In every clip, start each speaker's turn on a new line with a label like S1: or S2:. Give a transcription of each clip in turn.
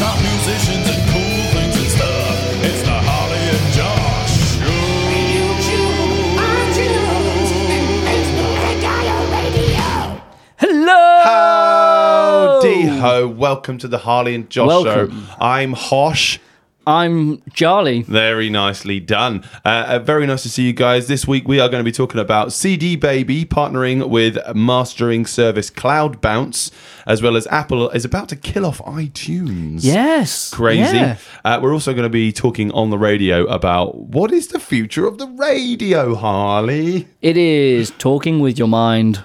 S1: musicians and cool things and stuff. It's the Holly and Josh Show.
S2: Hello.
S3: Howdy ho! Welcome to the Harley and Josh
S2: Welcome.
S3: show. I'm Hosh.
S2: I'm Charlie.
S3: Very nicely done. Uh, uh, very nice to see you guys. This week we are going to be talking about CD Baby partnering with mastering service Cloud Bounce, as well as Apple is about to kill off iTunes.
S2: Yes.
S3: Crazy.
S2: Yeah.
S3: Uh, we're also going to be talking on the radio about what is the future of the radio, Harley.
S2: It is talking with your mind.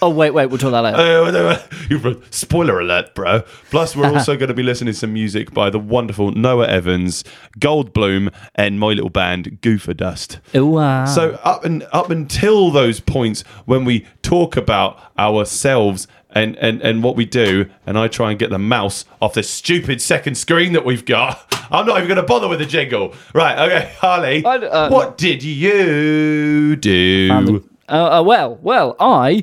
S2: oh wait, wait. We'll talk that later.
S3: Uh, you- Spoiler alert, bro. Plus, we're also going to be listening to some music by the wonderful Noah Evans, Goldblum, and my little band Goofer Dust.
S2: Ooh, ah.
S3: Uh, So up and up until those points when we talk about ourselves and, and, and what we do, and I try and get the mouse off this stupid second screen that we've got. I'm not even going to bother with the jingle. Right, okay, Harley.
S2: I d- uh,
S3: what did you do?
S2: Uh, uh, well, well, I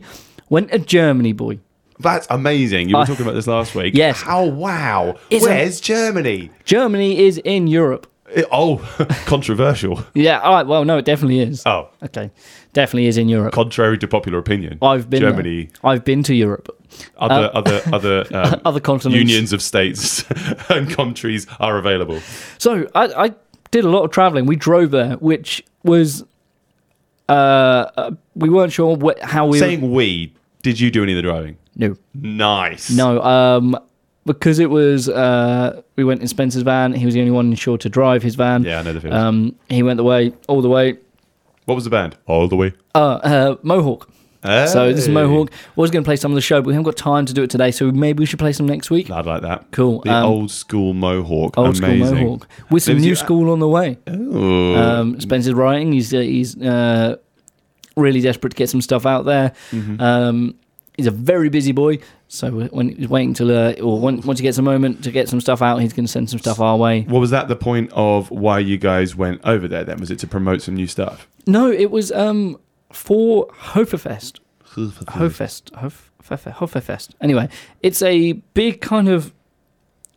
S2: went to Germany, boy.
S3: That's amazing. You were
S2: I-
S3: talking about this last week.
S2: Yes.
S3: Oh, wow.
S2: Isn't-
S3: Where's Germany?
S2: Germany is in Europe.
S3: It- oh, controversial.
S2: Yeah. All right. Well, no, it definitely is.
S3: Oh,
S2: Okay. Definitely is in Europe.
S3: contrary to popular opinion.
S2: I've been there.
S3: Germany,
S2: I've been to Europe.
S3: other, other, other, um,
S2: Other continents.
S3: unions of states and countries are available.
S2: So I, I did a lot of traveling. We drove there, which was. Uh, uh, we weren't sure wh- how we.
S3: Saying we, did you do any of the driving?
S2: no,
S3: Nice.
S2: no. Um, because it was uh, we went in Spencer's van. He was the only one sure to drive his van.
S3: Yeah, I know the feeling.
S2: Um, he went the way all the way.
S3: what was the band? All the way.
S2: Uh, uh Mohawk. So this is
S3: Hey.
S2: Mohawk. Was going to play some of the show, but we haven't got time to do it today. So maybe we should play some next week.
S3: I'd like that.
S2: Cool,
S3: The
S2: um,
S3: old school Mohawk.
S2: Old
S3: Amazing.
S2: school Mohawk with some
S3: Lives
S2: new
S3: you- uh,
S2: school on the way.
S3: Ooh.
S2: Um, Spencer's writing. He's uh, he's uh, really desperate to get some stuff out there. Um, he's a very busy boy. So when he's waiting till uh, or when, once he gets a moment to get some stuff out, he's going to send some stuff our way.
S3: what was that the point of why you guys went over there then? Was it to promote some new stuff?
S2: No, it was um for Hoferfest. Hofefest. Hof- Hofe- Hofefest. Anyway, it's a big kind of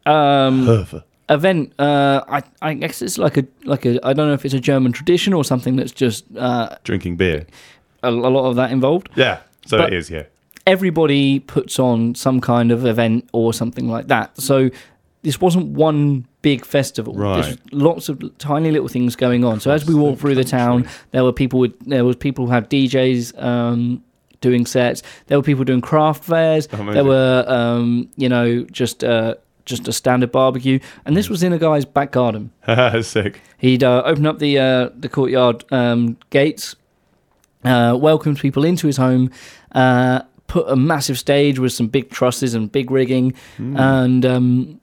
S2: um
S3: Hofer.
S2: event. Uh, I I guess it's like a like a I don't know if it's a German tradition or something that's just uh,
S3: Drinking beer.
S2: a, a lot of that involved.
S3: Yeah. So
S2: But-
S3: it is, yeah.
S2: everybody puts on some kind of event or something like that. So this wasn't one big festival.
S3: Right.
S2: There's lots of tiny little things going on. So as we walked through the town, there were people with there was people who had DJs um, doing sets. There were people doing craft fairs. There
S3: Oh, Amazing.
S2: were um, you know just uh, just a standard barbecue. And
S3: Mm.
S2: this was in a guy's back garden.
S3: Sick.
S2: He'd uh, open up the uh, the courtyard um, gates, uh, welcomed people into his home, uh, put a massive stage with some big trusses and big rigging,
S3: Hmm.
S2: and um,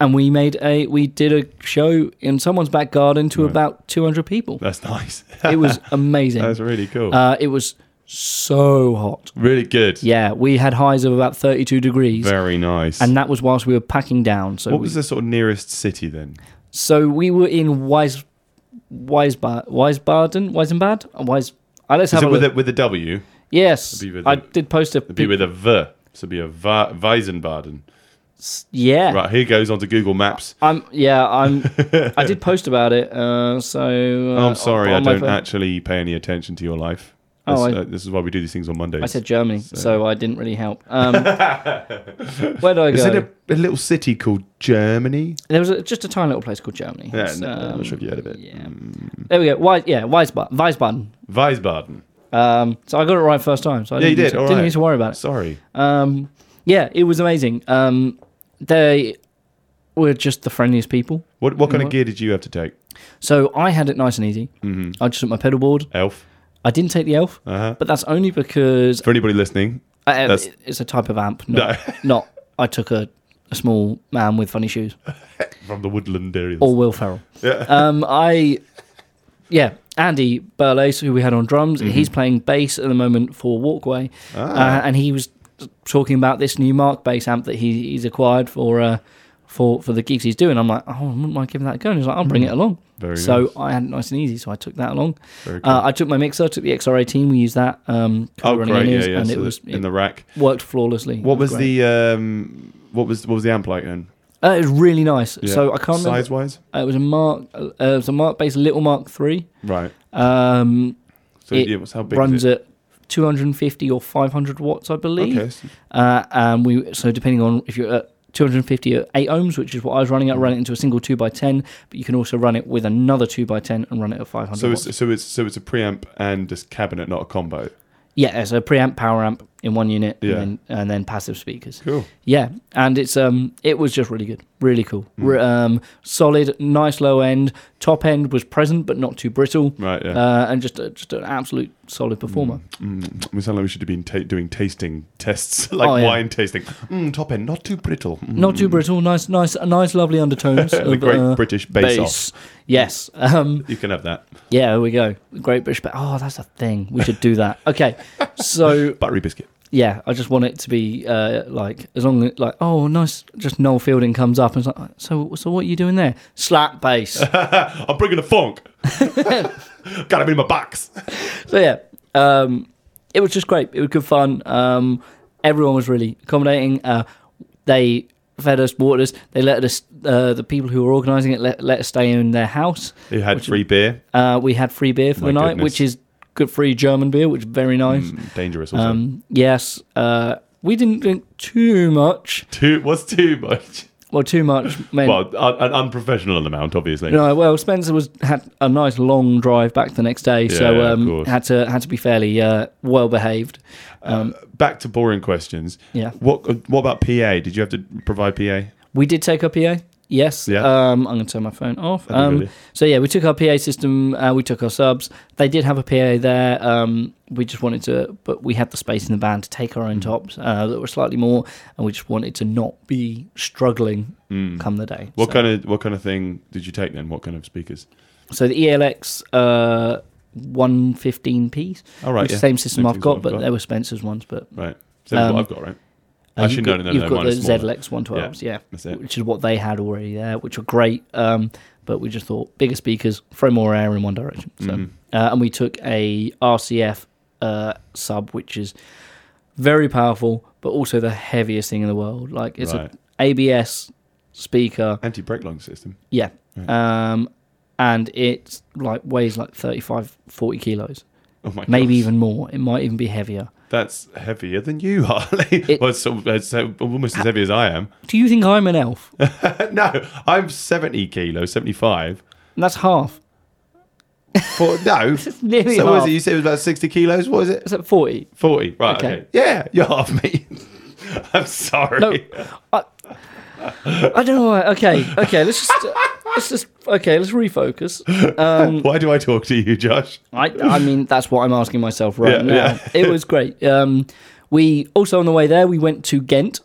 S2: and we made a we did a show in someone's back garden to about two hundred people.
S3: That's nice.
S2: It was amazing.
S3: That's really cool.
S2: uh, it was so hot.
S3: really good.
S2: Yeah, we had highs of about thirty two degrees.
S3: Very nice.
S2: and that was whilst we were packing down. So
S3: what
S2: we-
S3: was the sort of nearest city then?
S2: So we were in Wise, Weisbar, Weisbaden, Weisenbad, Wise. Uh, let's
S3: Is
S2: have
S3: it
S2: a
S3: with
S2: look.
S3: a, with a W?
S2: yes,
S3: be with
S2: I
S3: the-
S2: did post a.
S3: It'd be with a V. So it'd be a Va- Weisenbaden.
S2: yeah.
S3: Right, here goes onto Google Maps.
S2: I'm yeah I'm I did post about it uh, so uh,
S3: Oh, I'm sorry,
S2: on
S3: I
S2: my
S3: don't
S2: phone-
S3: actually pay any attention to your life.
S2: Oh,
S3: This,
S2: I-
S3: uh, this is why we do these things on Mondays.
S2: I said Germany so, I didn't really help um, where do I
S3: is
S2: go
S3: it a, a little city called Germany?
S2: there was a, just a tiny little place called Germany
S3: Yeah,
S2: It's,
S3: no, I'm
S2: um,
S3: not sure if you heard of it. Mm.
S2: yeah there we go Weis, yeah Weisbaden Weisbaden
S3: Wiesbaden.
S2: um, so I got it right first time so I
S3: Yeah, you
S2: didn't need
S3: did.
S2: to,
S3: all
S2: didn't
S3: right.
S2: need to worry about it
S3: Sorry.
S2: Um, yeah, it was amazing. Um, they were just the friendliest people.
S3: What what kind of
S2: What?
S3: gear did you have to take?
S2: So I had it nice and easy. Mm-hmm. I just took my pedal board.
S3: Elf.
S2: I didn't take the elf,
S3: Uh-huh.
S2: but that's only because
S3: For anybody listening,
S2: uh,
S3: that's-
S2: it's a type of amp. Not,
S3: No.
S2: not I took a, a small man with funny shoes
S3: from the woodland areas.
S2: or Will Ferrell. Yeah. Um, I, yeah, Andy Burles, who we had on drums,
S3: Mm-hmm.
S2: he's playing bass at the moment for Walkway,
S3: Ah.
S2: uh, and he was talking about this new Mark bass amp that he, he's acquired for uh, for for the gigs he's doing. I'm like, oh, I wouldn't mind giving that a go. And he's like, I'll bring it along.
S3: Mm. Very
S2: so
S3: nice.
S2: I had it nice and easy, so I took that along.
S3: Very
S2: Uh, I took my mixer, took the XR18. We used that. Um,
S3: Oh,
S2: running
S3: great! Yeah,
S2: in-ears,
S3: yeah.
S2: And
S3: so
S2: it was
S3: in
S2: it
S3: the rack.
S2: worked flawlessly.
S3: What was the um, what was what was the amp like then?
S2: Uh, it was really nice.
S3: Yeah.
S2: So I can't remember.
S3: size wise.
S2: Uh, it was a Mark. Uh, it was a Mark based Little Mark Three.
S3: Right.
S2: Um,
S3: So
S2: It
S3: yeah, what's how big
S2: runs
S3: is it?
S2: at 250 or 500 watts, I believe.
S3: Okay. so-
S2: Uh, and we so depending on if you're at 250 at 8 ohms, which is what I was running at, run it into a single 2x10, but you can also run it with another 2x10 and run it at 500
S3: So
S2: watts.
S3: it's so it's so it's a preamp and just cabinet, not a combo.
S2: Yeah, so preamp, power amp in one unit,
S3: Yeah.
S2: and, then, and then passive speakers.
S3: Cool.
S2: Yeah, and it's um, it was just really good, really cool,
S3: Hmm.
S2: Re- um, solid, nice low end. Top end was present but not too brittle,
S3: Right. Yeah.
S2: uh, and just a, just an absolute solid performer.
S3: Mm, we sound like we should have been ta- doing tasting tests, like
S2: Oh, yeah.
S3: wine tasting. Mm, top end, not too brittle. Mm.
S2: Not too brittle, nice, nice, nice, lovely undertones.
S3: the
S2: of,
S3: Great
S2: uh,
S3: British Bake Off.
S2: Yes. Um,
S3: You can have that.
S2: yeah, there we go. The Great British Bake. Oh, that's a thing. We should do that. Okay. So
S3: Buttery biscuit.
S2: yeah, I just want it to be uh, like as long as like oh nice, just Noel Fielding comes up and it's like "Uh, so so what are you doing there? Slap bass.
S3: I'm bringing the funk. Got him in my box.
S2: so yeah, um, it was just great. It was good fun. Um, everyone was really accommodating. Uh, they fed us, watered us. They let us. Uh, the people who were organising it let, let us stay in their house.
S3: You had free beer.
S2: Uh, we had free beer for
S3: My
S2: the night,
S3: goodness.
S2: which is good free German beer, which is very nice.
S3: Mm, dangerous also.
S2: Um, yes, uh, we didn't drink too much.
S3: too was too much.
S2: Well, too much meant.
S3: Well, un- an unprofessional amount, obviously.
S2: no, well, Spencer was had a nice long drive back the next day, so
S3: Yeah, of
S2: um,
S3: course.
S2: had to had to be fairly uh, well behaved. Um,
S3: Uh, Back to boring questions.
S2: Yeah.
S3: What What about PA? Did you have to provide PA?
S2: we did take our PA. Yes.
S3: Yeah.
S2: Um, I'm going to turn my phone off.
S3: be
S2: Um,
S3: really-
S2: so yeah, we took our PA system. Uh, we took our subs. They did have a PA there. Um, we just wanted to, but we had the space in the band to take our
S3: Mm.
S2: own tops uh, that were slightly more, and we just wanted to not be struggling come the day.
S3: Mm. What
S2: so.
S3: kind of What kind of thing did you take then? What kind of speakers?
S2: So the ELX uh, 115Ps.
S3: All right,
S2: which is
S3: yeah.
S2: the same system
S3: Same
S2: I've
S3: things
S2: got,
S3: I've
S2: but
S3: got.
S2: they were Spencer's ones. But
S3: Right. So that's
S2: Um,
S3: what I've got right.
S2: uh,
S3: Actually,
S2: you've
S3: no,
S2: got,
S3: no, no,
S2: you've
S3: no.
S2: got
S3: mine
S2: the
S3: is smaller.
S2: ZLX 112s, yeah,
S3: that's it.
S2: which is what they had already there, which were great. Um, but we just thought bigger speakers, throw more air in one direction. So,
S3: Mm-hmm.
S2: uh, and we took a RCF uh, sub, which is very powerful, but also the heaviest thing in the world. Like it's
S3: Right.
S2: a ABS speaker,
S3: Anti brake lung system.
S2: yeah,
S3: Right.
S2: um, and it's like weighs like 35, 40 kilos,
S3: Oh my
S2: maybe
S3: gosh.
S2: even more. It might even be heavier.
S3: That's heavier than you, Harley. well, it's, sort of- it's almost
S2: Ah.
S3: as heavy as I am.
S2: Do you think I'm an elf? and
S3: no, I'm 70 kilos, 75.
S2: that's half.
S3: For, no.
S2: nearly
S3: so what is
S2: half.
S3: it? You said it was about 60 kilos? What is it?
S2: Is that forty?
S3: 40. Right. Okay.
S2: Okay.
S3: Yeah, you're half me. I'm sorry.
S2: No, I, I don't know why. Okay, okay, let's just let's just okay, let's refocus. um,
S3: Why do I talk to you, Josh?
S2: I I mean that's what I'm asking myself right
S3: Yeah,
S2: now.
S3: yeah.
S2: It was great. Um, we also on the way there we went to Ghent,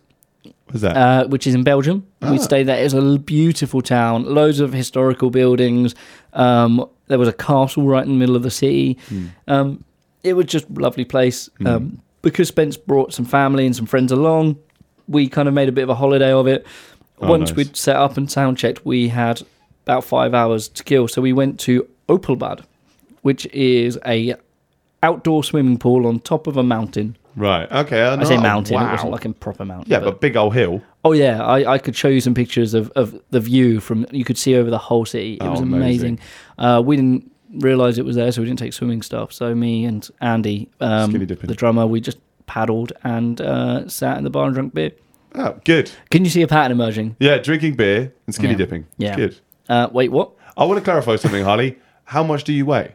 S3: What's that?
S2: uh, which is in Belgium.
S3: Ah.
S2: We stayed there. It's a l- beautiful town, loads of historical buildings. Um, there was a castle right in the middle of the city.
S3: Hmm.
S2: Um, it was just a lovely place. Um, because Spence brought some family and some friends along, we kind of made a bit of a holiday of it.
S3: Oh,
S2: Once
S3: nice.
S2: we'd set up and sound checked, we had about five hours to kill. So we went to Opelbad, which is a outdoor swimming pool on top of a mountain.
S3: right. Okay.
S2: I say mountain, it
S3: Oh, Wow.
S2: wasn't like a proper mountain.
S3: yeah, but big old hill.
S2: Oh yeah, I, I could show you some pictures of, of the view from you could see over the whole city. It
S3: Oh,
S2: was
S3: amazing.
S2: amazing. Uh, we didn't realize it was there, so we didn't take swimming stuff. So me and Andy, um,
S3: Skinny dipping.
S2: the drummer, we just paddled and uh, sat in the bar and drank beer.
S3: Oh, good.
S2: Can you see a pattern emerging?
S3: Yeah, drinking beer and skinny
S2: Yeah.
S3: dipping.
S2: Yeah.
S3: Good.
S2: Uh, wait, what?
S3: I want to clarify something, Harley. How much do you weigh?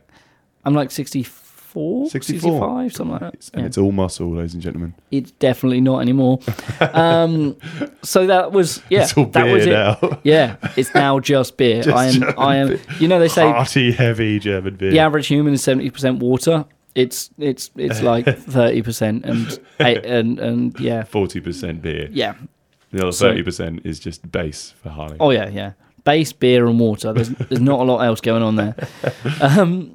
S2: I'm like 64,
S3: 64.
S2: 65, something like that.
S3: And
S2: Yeah.
S3: it's all muscle, ladies and gentlemen.
S2: It's definitely not anymore. um, so that was yeah,
S3: It's all
S2: that was
S3: beer
S2: it.
S3: now.
S2: Yeah, it's now just beer. I am,
S3: German
S2: I am. You know they say
S3: Hearty, heavy German beer.
S2: the average human is seventy percent water. It's it's it's like thirty percent and I- and and yeah
S3: 40% beer.
S2: yeah
S3: The other
S2: So-
S3: 30% is just base for Harley.
S2: oh yeah yeah base beer and water. There's there's not a lot else going on there. Um,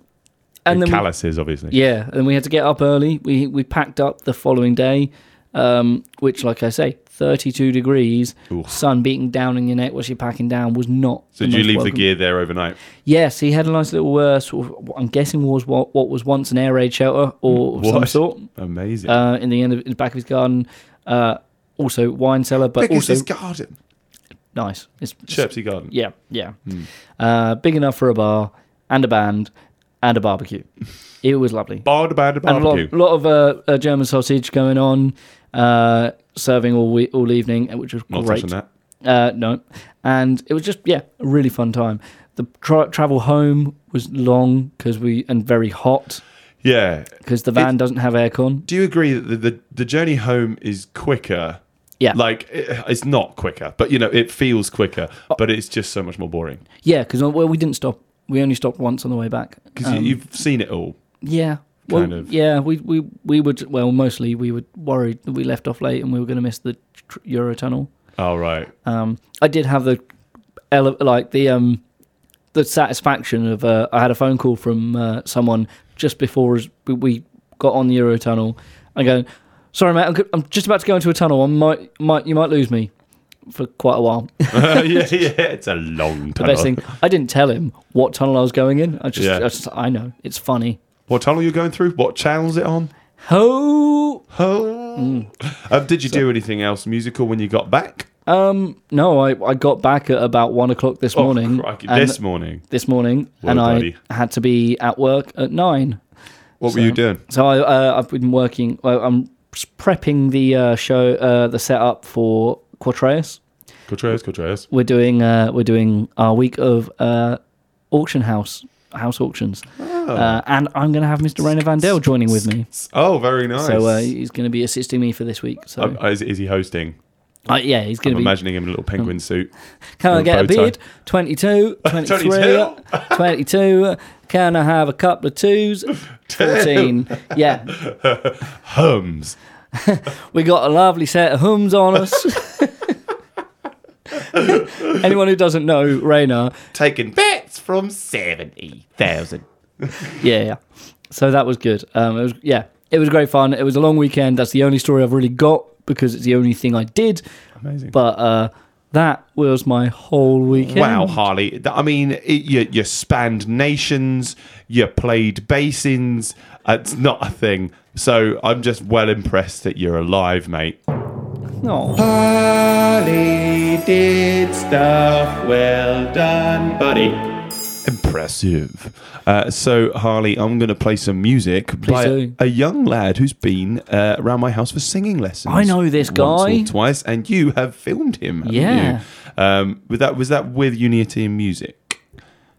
S3: and
S2: and then we-
S3: calluses, obviously.
S2: yeah, and we had to get up early. We we packed up the following day, um, which like I say, thirty two degrees,
S3: Oof.
S2: sun beating down on your neck while you're packing down was not.
S3: So
S2: the
S3: did you
S2: most
S3: leave
S2: welcome-
S3: the gear there overnight?
S2: Yes, he had a nice little uh, sort of. what I'm guessing was what what was once an air raid shelter or of some
S3: What?
S2: sort.
S3: Amazing.
S2: uh, in the end of in the back of his garden. Uh, also wine cellar, but
S3: Big as
S2: also
S3: garden.
S2: nice. It's, it's-
S3: Cherpsey Garden.
S2: yeah, yeah.
S3: Hmm.
S2: Uh, big enough for a bar and a band and a barbecue. it was lovely.
S3: Bar to bar to
S2: and a
S3: barbecue.
S2: lot, lot of uh, uh, German sausage going on, uh, serving all we- all evening, which was
S3: Not
S2: great.
S3: touching that.
S2: Uh, no, and it was just yeah, a really fun time. The tra- travel home was long because we and very hot
S3: Yeah.
S2: because the van doesn't have aircon.
S3: Do you agree that the, the, the journey home is quicker?
S2: Yeah,
S3: Like, it, it's not quicker, but you know, it feels quicker,
S2: Oh.
S3: but it's just so much more boring.
S2: yeah, because well, we didn't stop. We only stopped once on the way back.
S3: Because
S2: Um,
S3: you've seen it all.
S2: yeah, well,
S3: kind of-
S2: yeah, we we we were j- well, mostly we were worried that we left off late and we were going to miss the tr- Eurotunnel.
S3: All Oh, right.
S2: Um, I did have the ele- like the um, the satisfaction of uh, I had a phone call from uh, someone just before as- we- we got on the Eurotunnel. I go, sorry mate, I'm, go- I'm just about to go into a tunnel. I might might you might lose me for quite a while.
S3: yeah, yeah, it's a long
S2: The
S3: tunnel.
S2: best thing I didn't tell him what tunnel I was going in. I just,
S3: Yeah.
S2: I, just I know it's funny.
S3: What tunnel you are going through? What channel's it on?
S2: Ho.
S3: Oh.
S2: Mm.
S3: Um, did you do anything else musical when you got back?
S2: Um, no, I, I got back at about one o'clock this
S3: Oh,
S2: morning.
S3: crikey,
S2: and-
S3: this morning.
S2: this morning,
S3: Whoa,
S2: and
S3: buddy.
S2: I had to be at work at nine.
S3: What were you doing?
S2: So I, uh, I've been working. Well, I'm s- prepping the uh, show, uh, the setup for Quatreus.
S3: Contreras, Contreras.
S2: We're doing uh, we're doing our week of uh, auction house house auctions, uh, and I'm going to have Mr. Rainer Vandel joining with me.
S3: Oh, very nice.
S2: So uh, he's going to be assisting me for this week. So
S3: Um, is, is he hosting?
S2: uh, yeah, he's going
S3: I'm
S2: to be. Mm.
S3: imagining him in a little penguin suit.
S2: Can I
S3: Little
S2: get a
S3: bow tie.
S2: beard? 22, 23,
S3: 22?
S2: 22. Can I have a couple of twos? 14. Yeah,
S3: Hums.
S2: We got a lovely set of hums on us. Anyone who doesn't know Rainer,
S3: Taking bets from 70,000.
S2: yeah, yeah. So that was good. Um, it was yeah, it was great fun. It was a long weekend. That's the only story I've really got because it's the only thing I did.
S3: Amazing.
S2: But uh, that was my whole weekend.
S3: Wow, Harley. Th- I mean, it, you, you spanned nations, you played basins. Uh, It's not a thing. So I'm just well impressed that you're alive, mate.
S2: No,
S3: Harley did stuff. Well done, buddy. Impressive. Uh, so, Harley, I'm going to play some music by
S2: do.
S3: a young lad who's been uh, around my house for singing lessons.
S2: I know this
S3: once
S2: guy.
S3: or twice, and you have filmed him. haven't
S2: Yeah.
S3: You? Um, was that was that with Unity in Music?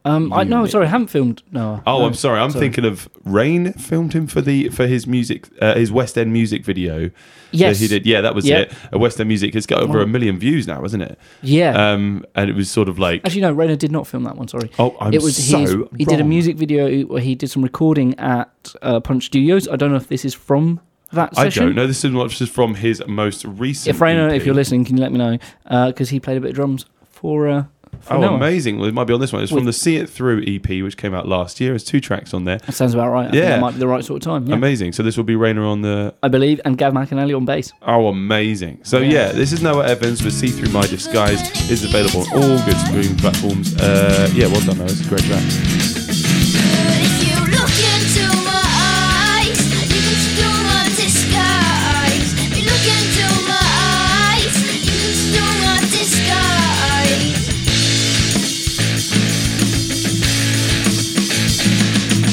S2: um, I no, sorry, I haven't filmed. No.
S3: Oh,
S2: no.
S3: I'm sorry. I'm thinking of Rain filmed him for the for his music, uh, his West End music video.
S2: Yes.
S3: that he did. Yeah, that was
S2: Yeah.
S3: it. Uh, West End music has got over a million views now, isn't it?
S2: Yeah.
S3: Um, and it was sort of like,
S2: Actually, no, Rainer did not film that one. Sorry.
S3: oh, I'm
S2: it was
S3: so
S2: his, he did a
S3: wrong.
S2: music video where he did some recording at uh, Punch Studios. I don't know if this is from that
S3: I
S2: session.
S3: don't know. This is what this is from his most recent. E
S2: If Rainer,
S3: EP.
S2: if you're listening, can you let me know? Because he played a bit of drums for. Uh, for
S3: Oh,
S2: Noah.
S3: amazing! Well, it might be on this one. It's
S2: With-
S3: from the See It Through EP, which came out last year. There's two tracks on there.
S2: That sounds about right. I think
S3: Yeah.
S2: that might be the right sort of time. Yeah.
S3: Amazing. So this will be Rainer on the.
S2: I believe, and Gav McAnally on bass.
S3: Oh, amazing! So
S2: Yeah.
S3: yeah, this is Noah Evans with See Through My Disguise. It's available on all good streaming platforms. Uh, yeah, well done, Noah. It's a great track.
S4: If you look into my eyes, you can steal my disguise. If you look into my eyes, you can steal my disguise.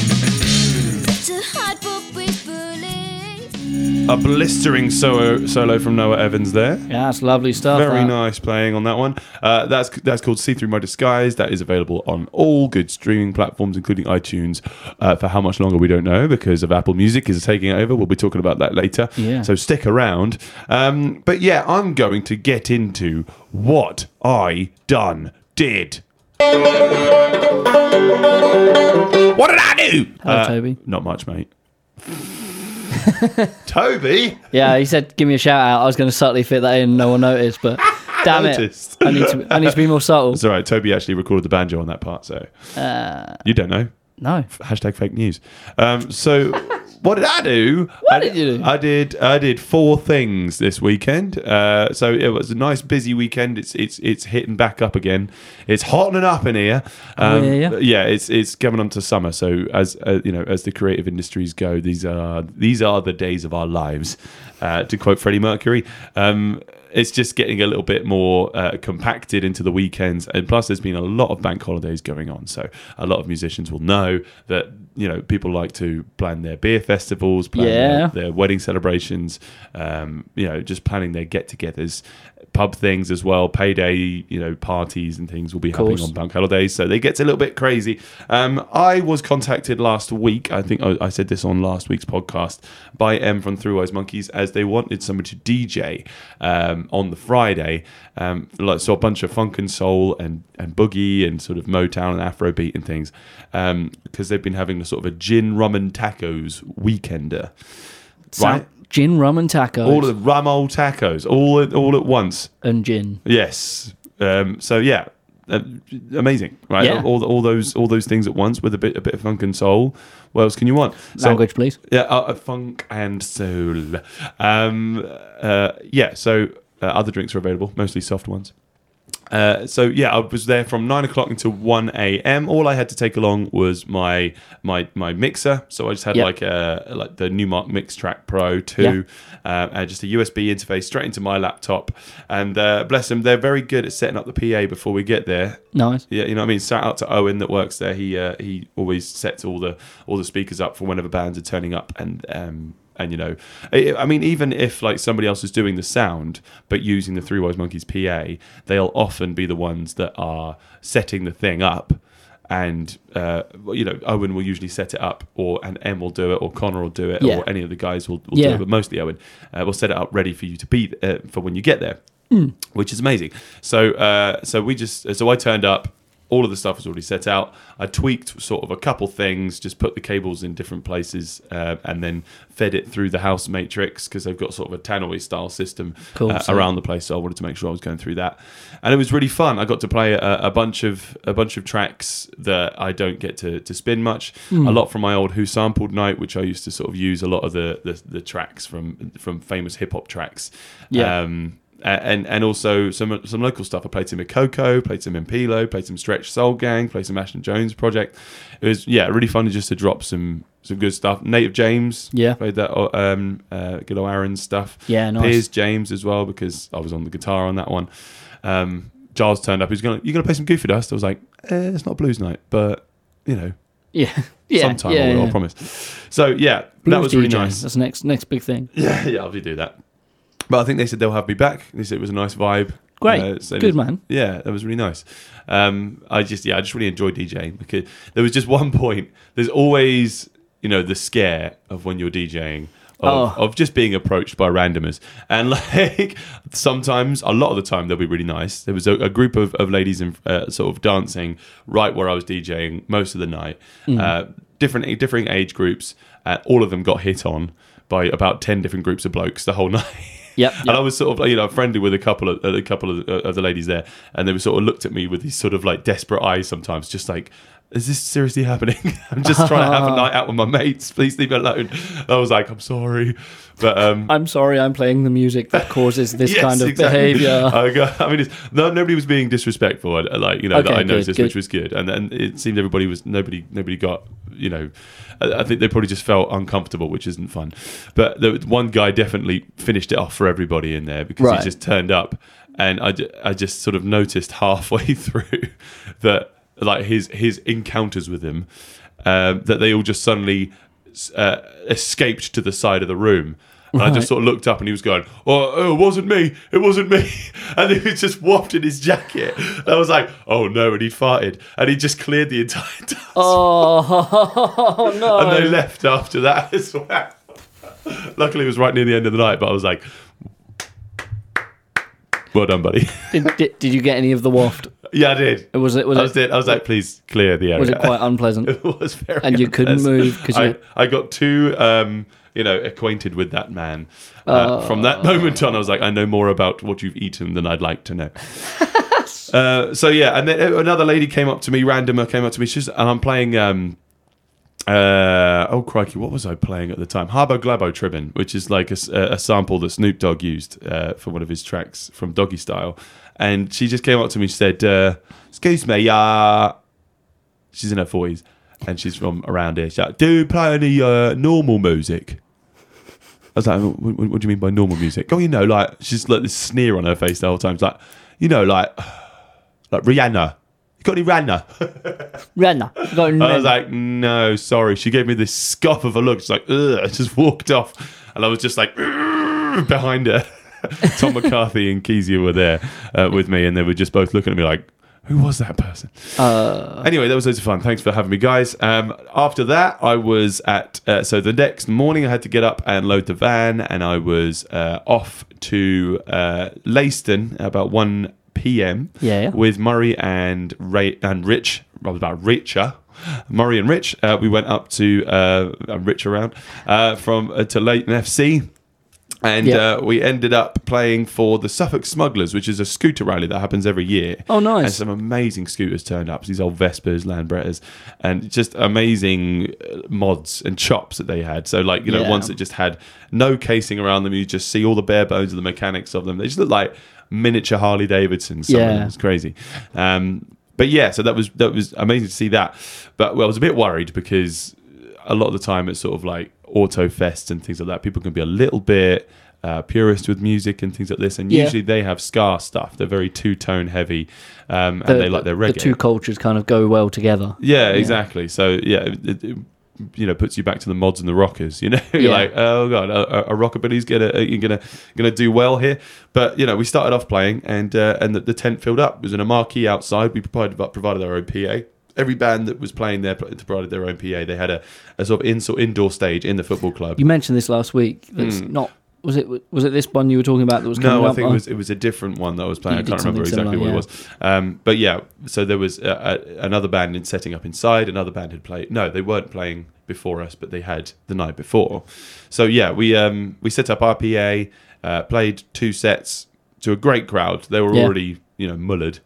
S4: To hide what we believe.
S3: A blistering solo solo from Noah Evans there.
S2: Yeah, that's lovely stuff.
S3: Very
S2: that.
S3: nice playing on that one. Uh, that's that's called See Through My Disguise. That is available on all good streaming platforms, including iTunes. Uh, for how much longer we don't know because of Apple Music is taking it over. We'll be talking about that later.
S2: Yeah.
S3: So stick around. Um, but yeah, I'm going to get into what I done did. What did I do? Uh,
S2: Hello, Toby.
S3: Not much, mate. Toby.
S2: Yeah, he said, "Give me a shout out." I was going to subtly fit that in, no one noticed, but damn it,
S3: Noticed.
S2: I need to, I need to be more subtle.
S3: It's all right. Toby actually recorded the banjo on that part, so
S2: Uh.
S3: you don't know.
S2: No,
S3: Hashtag fake news. Um, so, what did I do? What I,
S2: did you do?
S3: I did. I did four things this weekend. Uh, so it was a nice, busy weekend. It's it's it's hitting back up again. It's hotting up in here. Um,
S2: Oh, yeah, yeah.
S3: but It's it's coming on to summer. So as uh, you know, as the creative industries go, these are these are the days of our lives. Uh, to quote Freddie Mercury. Um, it's just getting a little bit more uh, compacted into the weekends, and plus there's been a lot of bank holidays going on, so a lot of musicians will know that you know people like to plan their beer festivals, plan
S2: Yeah.
S3: their, their wedding celebrations, um, you know, just planning their get-togethers, pub things as well, payday, you know, parties and things will be happening
S2: course.
S3: on bank holidays, so they get a little bit crazy. Um, I was contacted last week. I think I, I said this on last week's podcast by M from Three Wise Monkeys as they wanted somebody to DJ um, on the Friday. Um, like so, a bunch of funk and soul and and boogie and sort of Motown and Afrobeat and things because they've been having a sort of a gin rum and tacos weekender.
S2: Sa-
S3: Right.
S2: Gin, rum, and tacos.
S3: All of the rum old tacos, all at, all at once.
S2: and gin.
S3: Yes. Um, so yeah, uh, amazing, right?
S2: Yeah.
S3: All, all those all those things at once with a bit a bit of funk and soul. What else can you want? So-
S2: Language, please.
S3: yeah, uh, uh, funk and soul. Um, uh, yeah, so uh, other drinks are available, mostly soft ones. Uh, so yeah, I was there from nine o'clock until one a.m. All I had to take along was my my my mixer. So I just had
S2: Yep.
S3: like a like the Newmark Mixtrack Pro two, uh, and just a USB interface straight into my laptop. And uh, bless them, they're very good at setting up the PA before we get there.
S2: Nice.
S3: Yeah, you know what I mean. Shout out to Owen that works there. He uh, he always sets all the all the speakers up for whenever bands are turning up, and um and you know, I, I mean, even if like somebody else is doing the sound but using the Three Wise Monkeys PA, they'll often be the ones that are setting the thing up. And uh, well, you know, Owen will usually set it up, or and M will do it, or Connor will do it,
S2: Yeah.
S3: or any of the guys will, will do
S2: Yeah.
S3: it, but mostly Owen uh, will set it up ready for you to be uh, for when you get there which is amazing. So uh, so we just so I turned up. All of the stuff was already set out. I tweaked sort of a couple things, just put the cables in different places, uh, and then fed it through the house matrix because they've got sort of a tannoy style system
S2: Cool,
S3: uh,
S2: so-
S3: around the place. So I wanted to make sure I was going through that, and it was really fun. I got to play a, a bunch of a bunch of tracks that I don't get to, to spin much.
S2: Hmm.
S3: A lot from my old Who Sampled Night, which I used to sort of use a lot of the the, the tracks from from famous hip hop tracks.
S2: Yeah.
S3: Um, a- and and also some some local stuff. I played some Coco, played some Impilo, played some Stretch Soul Gang, played some Ashton Jones Project. It was yeah, really fun just to drop some some good stuff. Native James,
S2: Yeah.
S3: played that uh, um, uh, good old Aaron stuff.
S2: Yeah, nice.
S3: Piers James as well because I was on the guitar on that one. Um, Giles turned up. He's going, you're going to play some Goofy Dust. I was like, eh, it's not blues night, but you know,
S2: Yeah. Yeah.
S3: sometime
S2: yeah,
S3: I will,
S2: yeah.
S3: I promise. So yeah, that
S2: Blues
S3: was really
S2: DJ.
S3: nice.
S2: That's the next next big thing.
S3: Yeah, yeah, I'll do that. But I think they said they'll have me back. They said it was a nice vibe. Uh,
S2: Great.
S3: so
S2: Good man.
S3: Yeah, that was really nice. Um, I just yeah, I just really enjoyed DJing because there was just one point. There's always you know the scare of when you're DJing. Of,
S2: Oh.
S3: of just being approached by randomers and like sometimes a lot of the time they'll be really nice there was a, a group of, of ladies in uh, sort of dancing right where i was djing most of the night uh, different differing age groups uh, all of them got hit on by about 10 different groups of blokes the whole night
S2: Yep.
S3: and I
S2: yep.
S3: was sort of like, you know friendly with a couple of a couple of, of the ladies there, and they were sort of looked at me with these sort of like desperate eyes sometimes, just like. Is this seriously happening? I'm just trying to have a night out with my mates. Please leave me alone. I was like, I'm sorry, but um,
S2: I'm sorry. I'm playing the music that causes this
S3: Yes,
S2: kind of
S3: exactly.
S2: behavior.
S3: I, go- I mean, it's, no, nobody was being disrespectful. I- I Like you know, that
S2: Okay,
S3: I noticed,
S2: good, good.
S3: which was good, and and it seemed everybody was nobody nobody got you know. I, I think they probably just felt uncomfortable, which isn't fun. But the one guy definitely finished it off for everybody in there because
S2: Right.
S3: he just turned up, and I, ju- I just sort of noticed halfway through that like his his encounters with him um, that they all just suddenly uh, escaped to the side of the room. And I
S2: Right.
S3: just sort of looked up and he was going, oh, oh, it wasn't me. It wasn't me. And he was just whopped in his jacket. And I was like, oh no. And he farted. And he just cleared the entire dance.
S2: Oh no.
S3: and they left after that as well. Luckily, it was right near the end of the night, but I was like, well done, buddy.
S2: did, did, did you get any of the waft?
S3: yeah, I did.
S2: Was it was
S3: I
S2: it
S3: was, did. I was like, please clear the area.
S2: was it quite unpleasant?
S3: It was very
S2: And you couldn't
S3: unpleasant.
S2: move 'cause
S3: I,
S2: you-
S3: I got too um, you know acquainted with that man. Uh, from that
S2: Oh.
S3: moment on, I was like, I know more about what you've eaten than I'd like to know. uh, so yeah, and then another lady came up to me, randomer came up to me. She's and I'm playing. Um, uh, oh crikey, what was I playing at the time? Harbo Glabo Tribbin, which is like a, s- a- a sample that Snoop Dogg used uh, for one of his tracks from Doggy Style, and she just came up to me. She said, uh, "Excuse me, uh, she's in her forties and she's from around here. She's like, "Do you play any uh, normal music?" was like, what, what- what do you mean by normal music? Oh, you know, like she's like this sneer on her face the whole time. It's like, you know, like like Rihanna. You got any Rihanna?
S2: Renna. Got
S3: I was
S2: Renna.
S3: like, no, sorry. She gave me this scoff of a look. She's like, ugh. I just walked off. And I was just like, "Urgh," behind her. Tom McCarthy and Kezia were there uh, with me, and they were just both looking at me like, who was that person?
S2: Uh,
S3: anyway, that was loads of fun. Thanks for having me, guys. Um, after that, I was at uh, so the next morning I had to get up and load the van, and I was uh, off to uh, Leyston about one p.m.
S2: Yeah.
S3: with Murray and Ray and Rich. Rather about Richer. Murray and Rich, uh, we went up to uh, uh, Rich around uh, from uh, to Leighton FC and
S2: Yeah.
S3: uh, we ended up playing for the Suffolk Smugglers, which is a scooter rally that happens every year.
S2: Oh, nice.
S3: And some amazing scooters turned up. These old Vespers, Landbrettas, and just amazing uh, mods and chops that they had. So, like you know,
S2: Yeah.
S3: ones that just had no casing around them. You just see all the bare bones of the mechanics of them. They just look like miniature Harley Davidsons. some of
S2: Yeah.
S3: them. It's crazy. Um, but yeah, so that was that was amazing to see that. But well, I was a bit worried because a lot of the time it's sort of like auto fests and things like that. People can be a little bit uh, purist with music and things like this, and
S2: Yeah.
S3: usually they have ska stuff. They're very two tone heavy, um, and they like their reggae.
S2: The two cultures kind of go well together.
S3: yeah, exactly. So yeah. It, it, you know, puts you back to the mods and the rockers. You know, you're
S2: Yeah.
S3: like, oh god, a, a a rockabilly's gonna uh, you're gonna gonna do well here. But you know, we started off playing, and uh, and the, the tent filled up. It was in a marquee outside. We provided uh, provided our own PA. Every band that was playing there provided their own PA. They had a, a sort of in, sort indoor stage in the football club.
S2: You mentioned this last week. That's not was it was it this one you were talking about that was coming
S3: Hmm. No, I
S2: up Oh,
S3: think it
S2: on-
S3: was it was a different one that I was playing.
S2: You
S3: I
S2: did
S3: can't remember
S2: something
S3: exactly what
S2: similar,
S3: it was. Um, but yeah, so there was uh a, another band in setting up inside. Another band had played. No, they weren't playing before us, but they had the night before. So yeah, we um, we set up RPA, uh, played two sets to a great crowd. They were
S2: Yeah.
S3: already you know mullered.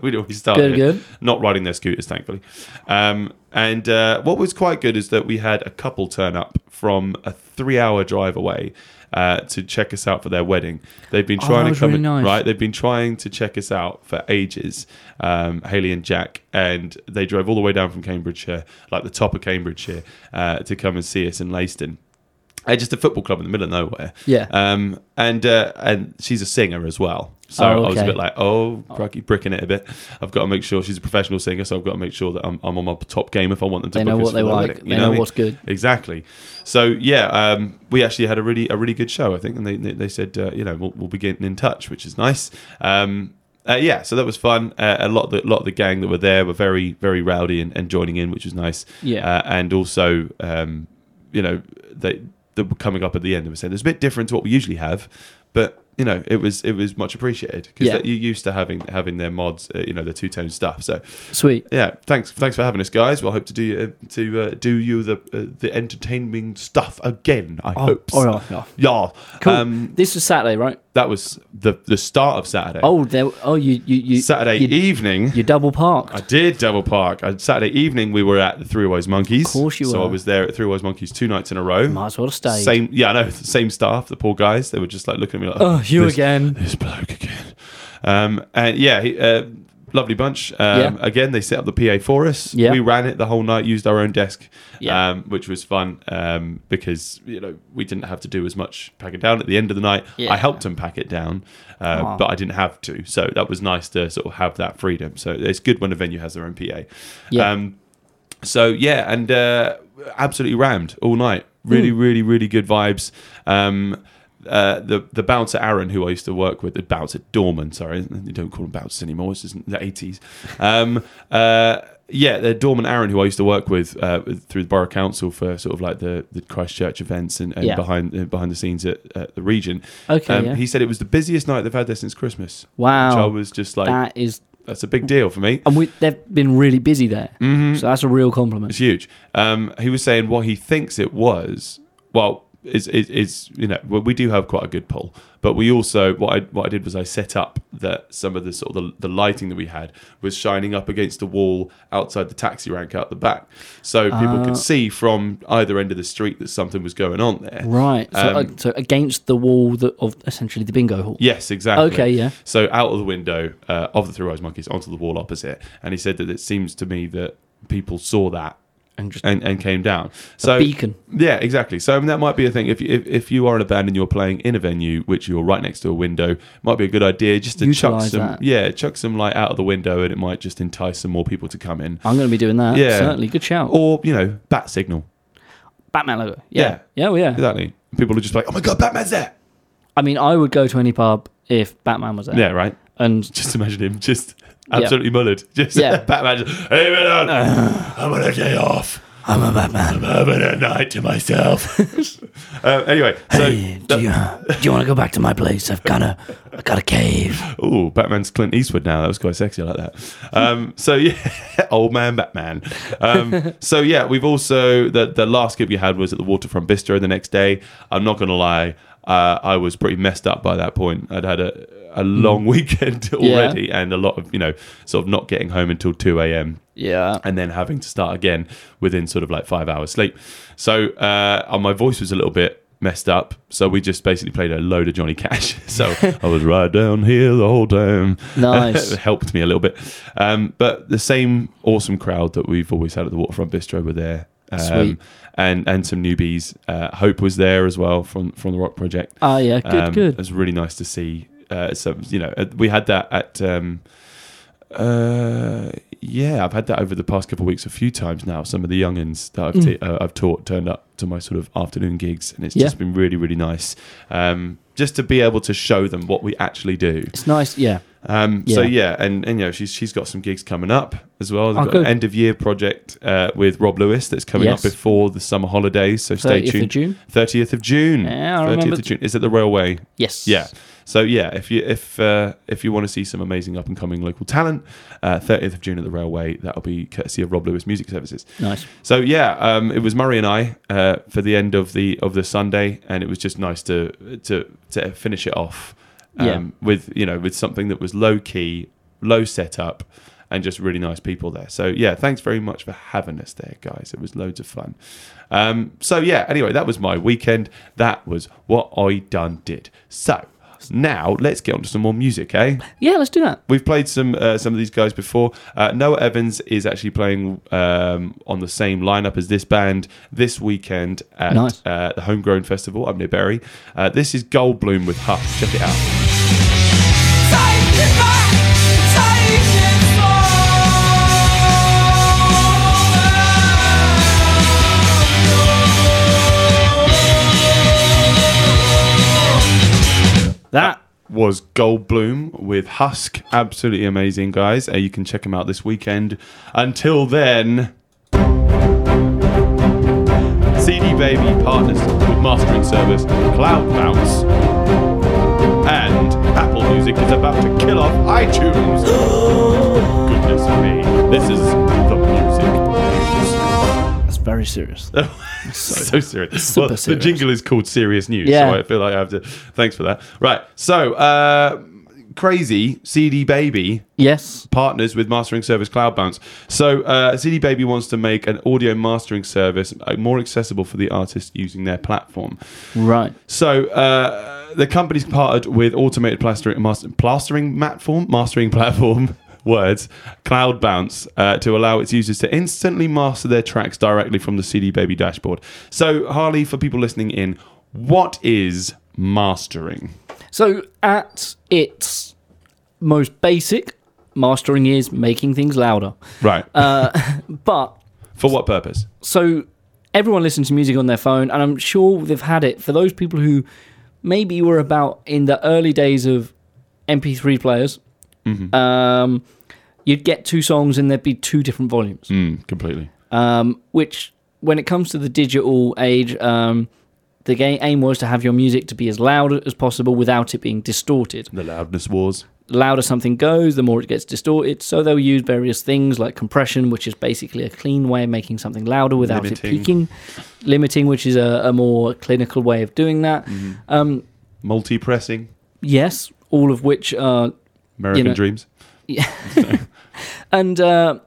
S3: We'd already started
S2: Good, good.
S3: not riding their scooters, thankfully. Um, and uh, what was quite good is that we had a couple turn up from a three-hour drive away uh, to check us out for their wedding. They've been
S2: Oh, that
S3: trying to
S2: was
S3: come
S2: really
S3: in,
S2: nice.
S3: right. They've been trying to check us out for ages, um, Haley and Jack, and they drove all the way down from Cambridgeshire, like the top of Cambridgeshire, uh, to come and see us in Leyston. Uh, just a football club in the middle of nowhere.
S2: Yeah.
S3: Um, and uh, and she's a singer as well. So
S2: Oh,
S3: I was a
S2: okay.
S3: bit like, oh, crikey, bricking it a bit. I've got to make sure she's a professional singer, so I've got to make sure that I'm, I'm on my top game if I want them to.
S2: They know
S3: book us
S2: what they
S3: for their
S2: like.
S3: wedding,
S2: They
S3: what
S2: know
S3: I mean?
S2: what's good.
S3: Exactly. So yeah, um, we actually had a really a really good show, I think, and they they they said uh, you know we'll, we'll be getting in touch, which is nice. Um, uh, yeah, so that was fun. Uh, a lot of the lot of the gang that were there were very very rowdy and, and joining in, which was nice.
S2: Yeah.
S3: uh, and also um, you know they they were coming up at the end and were saying it's a bit different to what we usually have, but. You know, it was it was much appreciated because
S2: Yeah.
S3: you're used to having having their mods, uh, you know, the two tone stuff. So
S2: sweet.
S3: yeah, thanks, thanks for having us, guys. Well, I hope to do you, uh, to uh, do you the uh, the entertaining stuff again. I hope.
S2: all right, Oh, yeah.
S3: Yeah.
S2: Cool.
S3: Um,
S2: this was Saturday, right?
S3: that was the the start of Saturday.
S2: Oh, there. Oh, you you, you
S3: Saturday
S2: you,
S3: evening.
S2: you double parked.
S3: I did double park. On Saturday evening, we were at the Three Ways Monkeys. Of
S2: course you
S3: So
S2: were.
S3: I was there at Three Ways Monkeys two nights in a row.
S2: Might as well have stayed.
S3: Same, yeah, I know. Same staff, the poor guys. They were just like looking at me like,
S2: Oh, you
S3: this-
S2: again."
S3: this bloke again." Um, and yeah, he, uh, lovely bunch. Um,
S2: Yeah.
S3: Again, they set up the PA for us.
S2: Yeah.
S3: we ran it the whole night, used our own desk,
S2: Yeah.
S3: um, which was fun um, because you know we didn't have to do as much packing down at the end of the night.
S2: Yeah.
S3: I helped them pack it down, uh,
S2: Aw.
S3: but I didn't have to, so that was nice to sort of have that freedom. So it's good when a venue has their own PA.
S2: Yeah.
S3: Um, so yeah, and uh, absolutely rammed all night. Really,
S2: Mm.
S3: really, really good vibes. Um, uh, the the bouncer Aaron, who I used to work with, the bouncer Dorman. Sorry, they don't call him bouncers anymore. It's just the eighties. Um, uh, yeah, the Dorman Aaron, who I used to work with uh, through the borough council for sort of like the, the Christchurch events and, and
S2: Yeah.
S3: behind uh, behind the scenes at, at the region.
S2: Okay, yeah.
S3: Um, he said it was the busiest night they've had there since Christmas.
S2: Wow.
S3: which I was just like,
S2: that Oh. is,
S3: that's a big deal for me.
S2: and we they've been really busy there. So that's a real compliment.
S3: Mm-hmm. It's huge. Um, he was saying what he thinks it was. Well, is is, is you know well, we do have quite a good pull, but we also what I what I did was I set up that some of the sort of the, the lighting that we had was shining up against the wall outside the taxi rank out the back, so people
S2: Oh.
S3: could see from either end of the street that something was going on there.
S2: Right. So,
S3: Um,
S2: uh, so against the wall that, of essentially the bingo hall.
S3: Yes, exactly.
S2: Okay, yeah.
S3: So out of the window uh, of the Three Eyes Monkeys onto the wall opposite, and he said that it seems to me that people saw that
S2: And just
S3: and, and came down. So
S2: beacon.
S3: Yeah, exactly. So I mean, that might be a thing. If, if if you are in a band and you're playing in a venue, which you're right next to a window, might be a good idea just to chuck
S2: Utilise
S3: some
S2: that.
S3: yeah, chuck some light out of the window, and it might just entice some more people to come in.
S2: I'm going to be doing that.
S3: Yeah.
S2: Certainly. Good shout.
S3: Or you know, bat signal.
S2: Batman logo. Yeah. Yeah, well, yeah.
S3: Exactly. People are just like, oh my god, Batman's there.
S2: I mean, I would go to any pub if Batman was there.
S3: Yeah, right.
S2: And
S3: Just imagine him just absolutely mullered. Just
S2: Yeah.
S3: Batman. Just, hey man, I'm on a day off.
S2: I'm a
S3: I'm
S2: Batman.
S3: having a night to myself. um, anyway, so
S2: do you, uh, do you want to go back to my place? I've got a, I've got a cave.
S3: Ooh, Batman's Clint Eastwood now. That was quite sexy. I like that. Um, so yeah, old man Batman. Um, so yeah, we've also the the last gig we had was at the Waterfront Bistro the next day. I'm not gonna lie, uh, I was pretty messed up by that point. I'd had a a
S2: Mm.
S3: long weekend already and a lot of you know sort of not getting home until two a.m
S2: Yeah.
S3: and then having to start again within sort of like five hours sleep. So uh, uh, my voice was a little bit messed up. So we just basically played a load of Johnny Cash. so I was right down here the whole time.
S2: Nice.
S3: It helped me a little bit. Um, but the same awesome crowd that we've always had at the Waterfront Bistro were there. Um,
S2: Sweet.
S3: And and some newbies. Uh, Hope was there as well from from the Rock Project.
S2: Ah, yeah. Good,
S3: Um, It
S2: good.
S3: was really nice to see. Uh, some, you know, uh, we had that at. Um, uh, yeah, I've had that over the past couple of weeks a few times now. Some of the youngins that I've, ta- uh, I've taught turned up to my sort of afternoon gigs, and it's
S2: Mm. Yeah.
S3: just been really, really nice. Um, just to be able to show them what we actually do.
S2: It's nice. Yeah.
S3: Um, So
S2: Yeah.
S3: yeah, and, and you know she's she's got some gigs coming up as well. They've
S2: Oh,
S3: got an
S2: good.
S3: end of year project uh, with Rob Lewis that's coming
S2: Yes.
S3: up before the summer holidays. So stay
S2: 30th of
S3: tuned.
S2: June?
S3: Thirtieth of June.
S2: Yeah, I
S3: Thirtieth
S2: remember.
S3: of June is at the railway.
S2: Yes.
S3: Yeah. So yeah, if you if uh, if you want to see some amazing up and coming local talent, uh, thirtieth of June at the Railway, that'll be courtesy of Rob Lewis Music Services.
S2: Nice.
S3: So yeah, um, it was Murray and I uh, for the end of the of the Sunday, and it was just nice to to to finish it off um,
S2: Yeah.
S3: with you know with something that was low key, low setup, and just really nice people there. So yeah, thanks very much for having us there, guys. It was loads of fun. Um, so yeah, anyway, that was my weekend. That was what I done did. So now let's get on to some more music, eh?
S2: Yeah, let's do that.
S3: We've played some uh, some of these guys before. Uh, Noah Evans is actually playing um, on the same lineup as this band this weekend at
S2: Nice.
S3: uh, the Homegrown Festival. I'm near Berry. Uh, this is Goldblum with Huff. Check it out.
S2: That.
S3: Was Goldblum with Husk. Absolutely amazing, guys. Uh, you can check them out this weekend. Until then, CD Baby partners with mastering service Cloud Bounce. And Apple Music is about to kill off iTunes. Goodness me. This is the music.
S2: That's very serious.
S3: news. so serious.
S2: Super
S3: well,
S2: serious.
S3: The jingle is called Serious News.
S2: Yeah.
S3: So I feel like I have to. Thanks for that. Right. So, uh, crazy CD Baby
S2: yes.
S3: partners with mastering service Cloud Bounce. So uh, CD Baby wants to make an audio mastering service uh, more accessible for the artists using their platform.
S2: Right.
S3: So uh, the company's partnered with automated plastering master, plastering platform, mastering platform. Words, Cloud Bounce, uh, to allow its users to instantly master their tracks directly from the CD Baby dashboard. So, Harley, for people listening in, what is mastering?
S2: So, at its most basic, mastering is making things louder. Uh,
S3: Right.
S2: But
S3: for what purpose?
S2: so everyone listens to music on their phone, and I'm sure they've had it for those people who maybe were about in the early days of MP3 players. Um, you'd get two songs, and there'd be two different volumes.
S3: Mm, completely.
S2: Um, which, when it comes to the digital age, um, the ga- aim was to have your music to be as loud as possible without it being distorted
S3: The loudness wars.
S2: louder something goes, the more it gets distorted. So they'll use various things like compression, which is basically a clean way of making something louder without
S3: Limiting.
S2: it peaking. Limiting, which is a, a more clinical way of doing that. Um,
S3: multi pressing,
S2: yes, all of which are
S3: American
S2: You know-
S3: Dreams.
S2: and uh,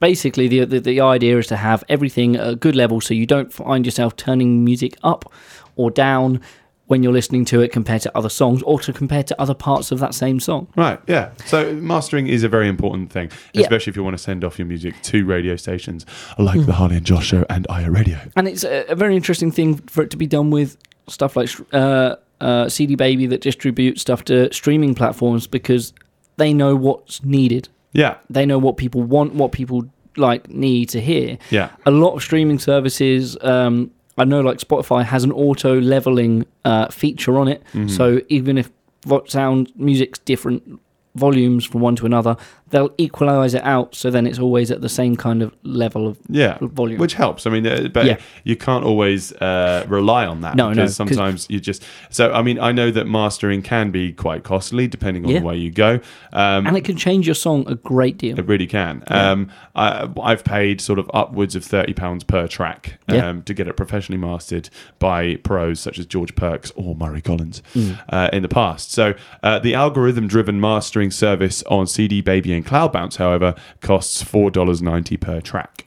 S2: basically the, the the idea is to have everything at a good level so you don't find yourself turning music up or down when you're listening to it compared to other songs or to compare to other parts of that same song.
S3: Right, yeah. So mastering is a very important thing,
S2: Yeah.
S3: especially if you want to send off your music to radio stations
S2: Mm.
S3: like the Harley and Josh Show and IR Radio.
S2: And it's a, a very interesting thing for it to be done with stuff like uh, uh, CD Baby that distribute stuff to streaming platforms because they know what's needed.
S3: Yeah,
S2: They know what people want, what people like need to hear.
S3: yeah,
S2: a lot of streaming services um, i know like spotify has an auto leveling uh, feature on it
S3: Mm-hmm.
S2: so even if vo- sound music's different volumes from one to another they'll equalize it out so then it's always at the same kind of level of
S3: yeah.
S2: Volume.
S3: Which helps. I mean, uh, but
S2: Yeah.
S3: you can't always uh, rely on that
S2: No, no,
S3: because
S2: 'cause-
S3: sometimes you just. So, I mean, I know that mastering can be quite costly depending on
S2: Yeah.
S3: the way you go. Um,
S2: and it can change your song a great deal
S3: It really can. Um, I, I've paid sort of upwards of thirty pounds per track um,
S2: Yeah.
S3: to get it professionally mastered by pros such as George Perks or Murray Collins
S2: Mm.
S3: uh, in the past. So uh, the algorithm-driven mastering service on CD Baby and Cloud Bounce, however, costs four dollars ninety per track,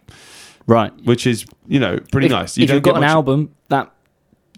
S2: right
S3: which is you know pretty
S2: if,
S3: nice.
S2: if you've got an
S3: much-
S2: album that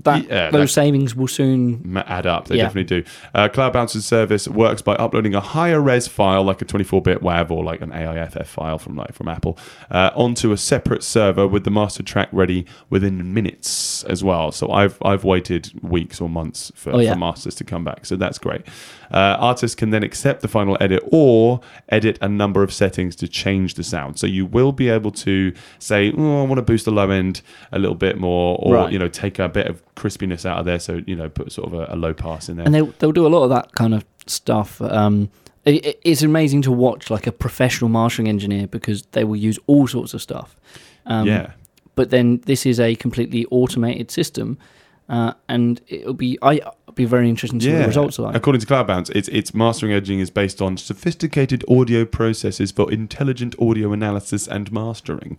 S2: that
S3: Yeah,
S2: those
S3: that-
S2: savings will soon
S3: m- add up. They
S2: Yeah.
S3: definitely do. Uh, Cloud Bouncer's service works by uploading a higher res file, like a 24-bit WAV or like an AIFF file from like from Apple, uh, onto a separate server with the master track ready within minutes as well. So I've I've waited weeks or months for,
S2: Oh, yeah.
S3: for masters to come back. So that's great. Uh, artists can then accept the final edit or edit a number of settings to change the sound. So you will be able to say, oh, I want to boost the low end a little bit more, or
S2: Right.
S3: you know, take a bit of crispiness out of there. So you know, put sort of a, a low pass in there.
S2: and they, they'll do a lot of that kind of stuff um, it, it- it's amazing to watch like a professional mastering engineer because they will use all sorts of stuff um,
S3: yeah,
S2: but then this is a completely automated system, uh, and it'll be I it'll be very interesting to see what the results are like.
S3: According to Cloud Bounce, its its mastering edging is based on sophisticated audio processes for intelligent audio analysis and mastering.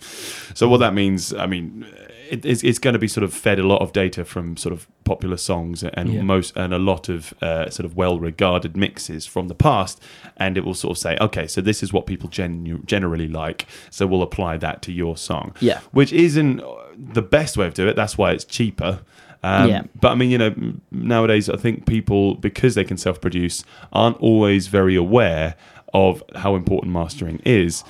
S3: So what that means, I mean, it, it's, it's going to be sort of fed a lot of data from sort of popular songs and
S2: Yeah.
S3: most and a lot of uh, sort of well regarded mixes from the past, and it will sort of say, okay, so this is what people genu- generally like, so we'll apply that to your song.
S2: Yeah.
S3: which isn't uh, the best way of doing it. That's why it's cheaper. Um,
S2: Yeah.
S3: But I mean, you know, m- nowadays I think people, because they can self produce, aren't always very aware of how important mastering is.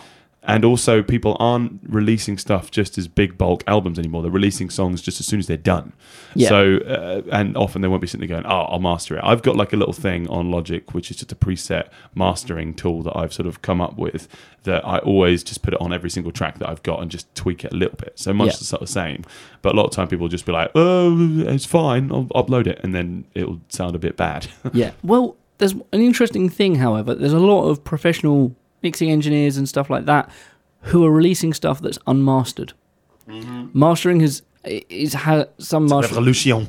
S3: And also, people aren't releasing stuff just as big bulk albums anymore. They're releasing songs just as soon as they're done.
S2: Yeah.
S3: So, uh, and often they won't be sitting there going, oh, I'll master it. I've got like a little thing on Logic, which is just a preset mastering tool that I've sort of come up with that I always just put it on every single track that I've got and just tweak it a little bit. So much
S2: Yeah.
S3: the sort of same. But a lot of time people just be like, oh, it's fine, I'll upload it, and then it'll sound a bit bad.
S2: yeah. Well, there's an interesting thing, however. There's a lot of professional mixing engineers and stuff like that who are releasing stuff that's unmastered. Mastering has is had some mastering
S3: Revolution.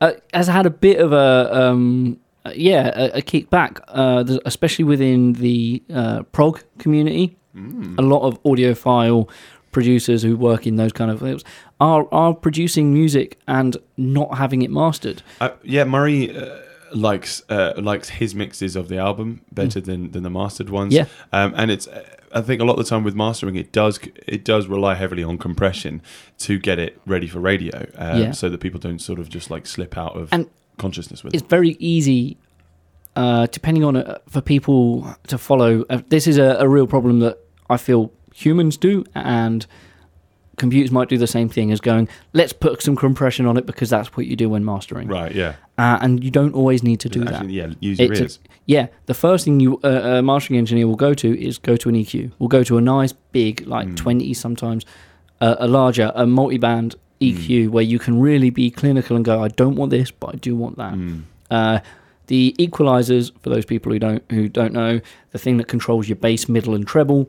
S2: uh, has had a bit of a um, uh, yeah a, a kickback, uh, th- especially within the uh, prog community. A lot of audiophile producers who work in those kind of fields are are producing music and not having it mastered.
S3: Uh, yeah, Murray uh, likes uh, likes his mixes of the album better than than the mastered ones.
S2: Mm. Yeah.
S3: um, and it's uh, I think a lot of the time with mastering, it does it does rely heavily on compression to get it ready for radio, um,
S2: Yeah.
S3: so that people don't sort of just like slip out of
S2: And
S3: consciousness with it.
S2: It's very easy. Uh, depending on uh, for people to follow, uh, this is a, a real problem that I feel humans do, and computers might do the same thing as going, let's put some compression on it because that's what you do when mastering.
S3: Right? Yeah.
S2: uh, and you don't always need to do
S3: Actually,
S2: that.
S3: yeah. Use your
S2: It's a-
S3: ears.
S2: yeah, the first thing you uh, a mastering engineer will go to is go to an EQ. We'll go to a nice big,
S3: Hmm.
S2: like twenty sometimes, uh, a larger, a multi-band
S3: Hmm.
S2: EQ where you can really be clinical and go, I don't want this, but I do want that.
S3: Hmm.
S2: Uh, the equalizers, for those people who don't who don't know, the thing that controls your bass, middle, and treble.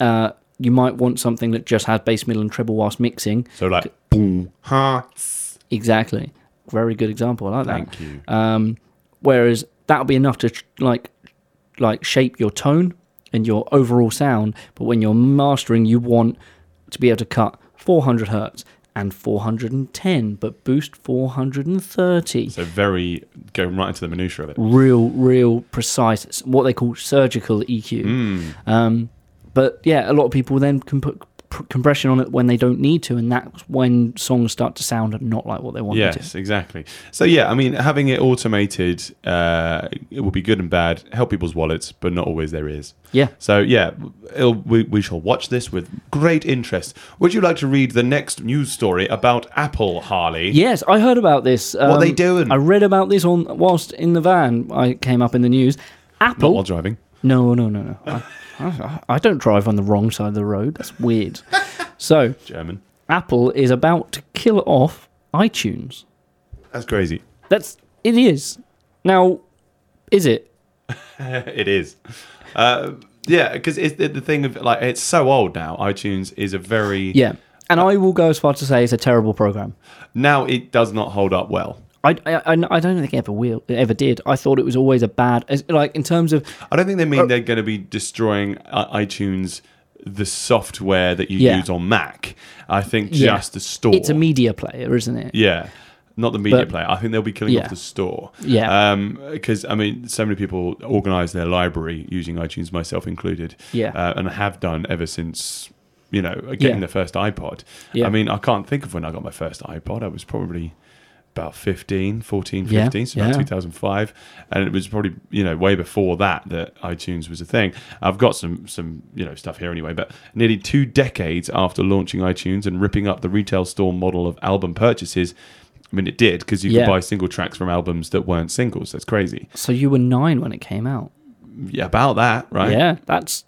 S2: Uh, you might want something that just has bass, middle, and treble whilst mixing.
S3: So like boom, ha. tss.
S2: Exactly, very good example. I like that.
S3: Thank you.
S2: Um, whereas that'll be enough to tr- like like shape your tone and your overall sound. But when you're mastering, you want to be able to cut 400 hertz and 410, but boost 430.
S3: so very going right into the minutiae of it.
S2: real, real precise. E it's What they call surgical EQ. Um, but yeah, a lot of people then can put pr- compression on it when they don't need to, and that's when songs start to sound not like what they want them
S3: Yes, exactly. So yeah, I mean, having it automated, uh, it will be good and bad. Help people's wallets, but not always their ears.
S2: to. Yeah.
S3: So yeah, it'll, we we shall watch this with great interest. Would you like to read the next news story about Apple, Harley?
S2: Yes, I heard about this. Um,
S3: they doing?
S2: I read about this on whilst in the van. I came up in the news.
S3: Not
S2: Apple.
S3: while driving.
S2: no, no, no, no. I, I, I don't drive on the wrong side of the road. That's weird. so
S3: German.
S2: Apple is about to kill off iTunes.
S3: That's crazy.
S2: That's it is. Now, is it?
S3: it is. Uh, yeah, because it's the, the thing of like it's so old now. iTunes is a very
S2: Yeah. And
S3: Uh,
S2: I will go as far to say it's a terrible program.
S3: now it does not hold up well.
S2: I, I, I- I don't think it ever will it ever did. I thought it was always a bad as- like in terms of
S3: I don't think they mean
S2: Oh.
S3: they're going to be destroying uh, iTunes, the software that you
S2: Yeah.
S3: use on Mac. I think
S2: Yeah.
S3: just the store.
S2: it's a media player, isn't it?
S3: Yeah. Not the media
S2: But-
S3: player. I think they'll be killing
S2: Yeah.
S3: off the store.
S2: Yeah.
S3: Because, I mean, so many people organize their library using iTunes, myself included.
S2: Yeah.
S3: Uh, and have done ever since, you know, getting
S2: Yeah.
S3: the first iPod.
S2: Yeah.
S3: I mean, I can't think of when I got my first iPod. I was probably about 15, 14,
S2: Yeah.
S3: 15, so about
S2: Yeah.
S3: 2005. And it was probably, you know, way before that that iTunes was a thing. I've got some, some you know, stuff here anyway, but nearly two decades after launching iTunes and ripping up the retail store model of album purchases, I mean, it did because you
S2: Yeah.
S3: could buy single tracks from albums that weren't singles. That's crazy.
S2: So you were 9 when it came out.
S3: Yeah, about that, right?
S2: Yeah, that's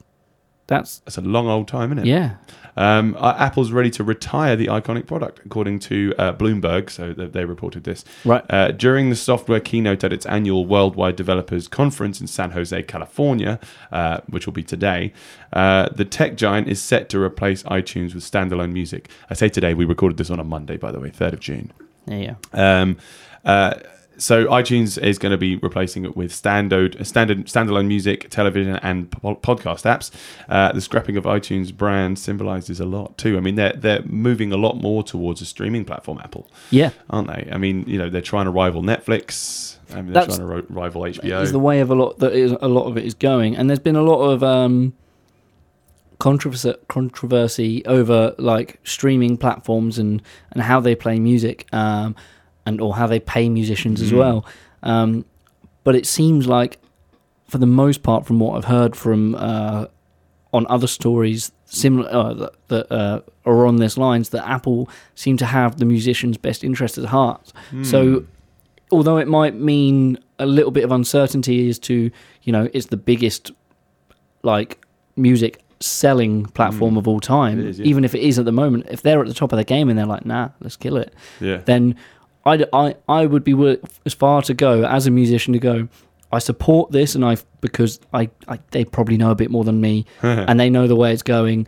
S2: that's
S3: That's a long old time, isn't it?
S2: yeah.
S3: Um, uh, Apple's ready to retire the iconic product, according to uh, Bloomberg. So th- they reported this.
S2: Right.
S3: Uh, during the software keynote at its annual Worldwide Developers Conference in San Jose, California, uh, which will be today, uh, the tech giant is set to replace iTunes with standalone music. I say today, we recorded this on a Monday, by the way, 3rd of June.
S2: There you go.
S3: Um, uh, so iTunes is going to be replacing it with standard, uh, standard standalone music, television, and po- podcast apps. Uh, the scrapping of iTunes brand symbolizes a lot too. I mean, they're they're moving a lot more towards a streaming platform, Apple,
S2: Yeah.
S3: aren't they? I mean, you know, they're trying to rival Netflix. I mean, they're
S2: That's-
S3: trying to ro- rival
S2: Is the
S3: HBO.
S2: way of a lot that is a lot of it is going and there's been a lot of um controversy controversy over like streaming platforms and and how they play music um and or how they pay musicians as well. Um but it seems like for the most part from what I've heard from uh on other stories similar uh, that- that uh, are on this lines that Apple seem to have the musician's best interest at heart.
S3: Hmm.
S2: So although it might mean a little bit of uncertainty as to you know it's the biggest like music selling platform of all time
S3: Hmm. It is, yeah.
S2: even if it is at the moment if they're at the top of the game and they're like nah let's kill it
S3: Yeah,
S2: then I'd, I I would be wor- as far to go as a musician to go. I support this, and I because I, I they probably know a bit more than me, and they know the way it's going,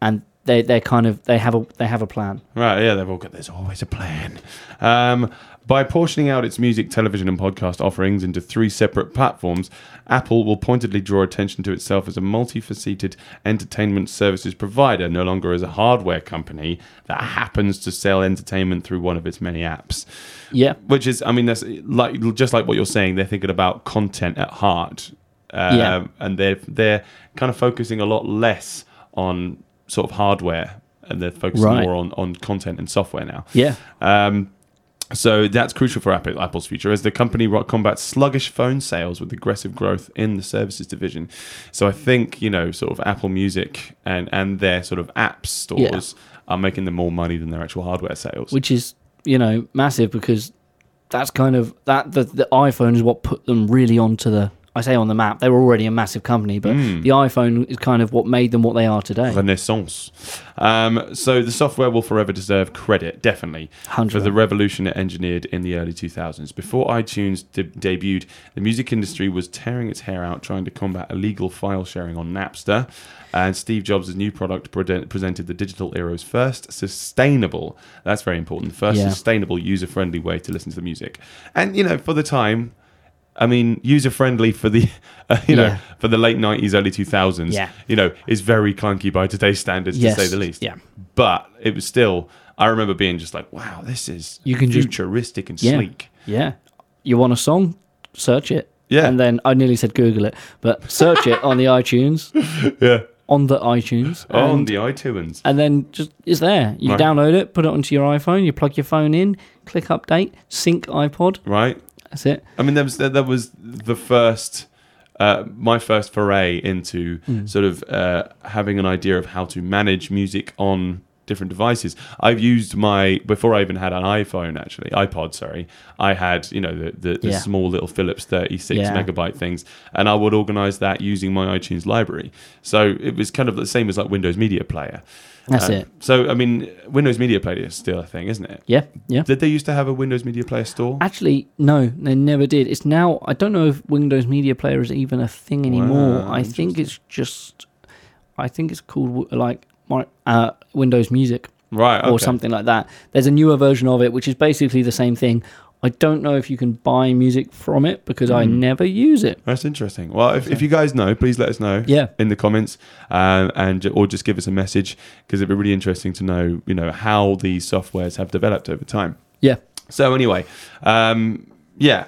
S2: and they they kind of they have a they have a plan.
S3: Right, yeah, they've all got. There's always a plan. Um, by portioning out its music, television, and podcast offerings into three separate platforms, Apple will pointedly draw attention to itself as a multifaceted entertainment services provider, no longer as a hardware company that happens to sell entertainment through one of its many apps.
S2: Yeah,
S3: Which is, I mean, that's like just like what you're saying. They're thinking about content at heart, um,
S2: Yeah.
S3: and they're they're kind of focusing a lot less on sort of hardware, and they're focusing
S2: Right.
S3: more on on content and software now.
S2: yeah,
S3: Um, so that's crucial for Apple, Apple's future as the company ro- combats sluggish phone sales with aggressive growth in the services division. So I think you know, sort of Apple Music and and their sort of app stores are making them more money than their actual hardware sales.
S2: which is you know massive because that's kind of that the, the iPhone is what put them really onto the I say on the map. They were already a massive company, but the iPhone is kind of what made them what they are today.
S3: Renaissance. Um, so the software will forever deserve credit, definitely,
S2: 100%.
S3: for the revolution it engineered in the early 2000s. Before iTunes de- debuted, the music industry was tearing its hair out trying to combat illegal file sharing on Napster. And Steve Jobs' new product pre- presented the digital era's first sustainable, that's very important, the first
S2: Yeah.
S3: sustainable user friendly way to listen to the music. And, you know, for the time, I mean, user friendly for the, you know,
S2: Yeah.
S3: for the late '90s, early 2000s
S2: Yeah.
S3: you know, is very clunky by today's standards,
S2: Yes,
S3: to say the least.
S2: yeah.
S3: But it was still, I remember being just like, wow, this is
S2: You can just-
S3: futuristic and
S2: Yeah.
S3: sleek.
S2: Yeah. You want a song? Search it.
S3: Yeah.
S2: And then I nearly said Google it, but search it on the iTunes.
S3: Yeah.
S2: on the iTunes.
S3: on
S2: and-
S3: the iTunes.
S2: and then just it's there. You
S3: Right.
S2: download it, put it onto your iPhone, you plug your phone in, click update, sync iPod.
S3: Right.
S2: That's it.
S3: I mean, that was that was the first, uh, my first foray into
S2: Hmm.
S3: sort of uh, having an idea of how to manage music on different devices. I've used my before I even had an iPhone, actually iPod. Sorry, I had you know the the, the
S2: Yeah.
S3: small little Philips thirty six
S2: Yeah.
S3: megabyte things, and I would organize that using my iTunes library. So it was kind of the same as like Windows Media Player.
S2: That's
S3: Uh,
S2: it.
S3: So I mean, Windows Media Player is still a thing, isn't it?
S2: Yeah, yeah.
S3: Did they used to have a Windows Media Player store?
S2: Actually, no, they never did. It's now. I don't know if Windows Media Player is even a thing anymore.
S3: Wow,
S2: I think it's just. I think it's called w- like my- uh, Windows Music
S3: Right.
S2: or
S3: okay.
S2: something like that. There's a newer version of it, which is basically the same thing. I don't know if you can buy music from it because I
S3: Hmm.
S2: never use it.
S3: That's interesting. Well, if, if you guys know, please let us know.
S2: Yeah.
S3: In the comments, um, and or just give us a message because it'd be really interesting to know, you know, how these softwares have developed over time.
S2: Yeah.
S3: So anyway, um, yeah,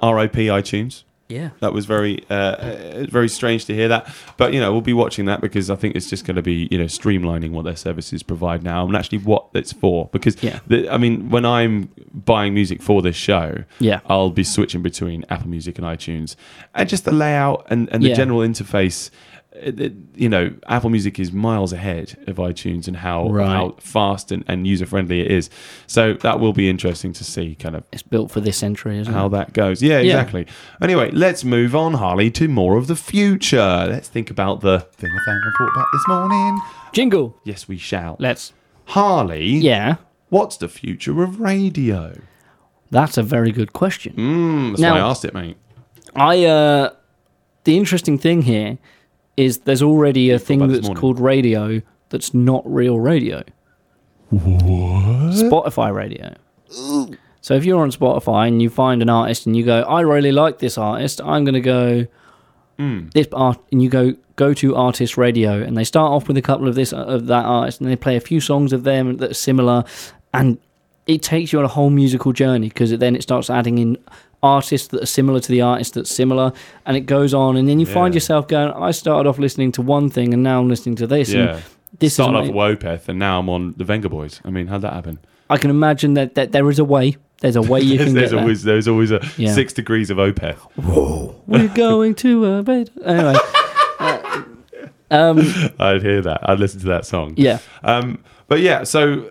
S3: R.I.P. iTunes.
S2: Yeah.
S3: That was very, uh, uh, very strange to hear that. But you know, we'll be watching that because I think it's just going to be you know streamlining what their services provide now and actually what it's for. Because
S2: Yeah.
S3: the, I mean, when I'm buying music for this show,
S2: Yeah.
S3: I'll be switching between Apple Music and iTunes, and just the layout and and the
S2: Yeah.
S3: general interface. it- it- you know, Apple Music is miles ahead of iTunes and how
S2: Right.
S3: how fast and, and user friendly it is. So that will be interesting to see, kind of
S2: It's built for this century, isn't
S3: how
S2: it?
S3: that goes. Yeah,
S2: Mm. Yeah.
S3: exactly. Anyway, let's move on, Harley, to more of the future. Let's think about the thing I found and thought about this morning.
S2: Jingle.
S3: Yes, we shall.
S2: Let's.
S3: Harley,
S2: Yeah.
S3: what's the future of radio?
S2: That's a very good question.
S3: Mm, that's why
S2: Hmm, Now-
S3: I asked it, mate.
S2: I uh, the interesting thing here is there's already a thing
S3: about this
S2: that's
S3: morning.
S2: called radio that's not real radio. What? Spotify radio. So if you're on Spotify and you find an artist and you go, I really like this artist, I'm gonna go this art, and you go go to artist radio, and they start off with a couple of this uh, of that artist, and they play a few songs of them that are similar, and it takes you on a whole musical journey because then it starts adding in artists that are similar to the artist that's similar, and it goes on, and then you find
S3: Yeah.
S2: yourself going, I started off listening to one thing, and now I'm listening to this.
S3: Yeah.
S2: And this is
S3: Started off
S2: my-
S3: Wopeth and now I'm on the Venga Boys. I mean, how'd that happen?
S2: I can imagine that, that there is a way. There's a way you
S3: There's,
S2: can
S3: there's
S2: get there.
S3: always there's always a
S2: Yeah.
S3: six degrees of Opeth.
S2: We're going to a bed. Anyway, Uh, um,
S3: I'd hear that. I'd listen to that song.
S2: yeah.
S3: Um, but yeah, so uh,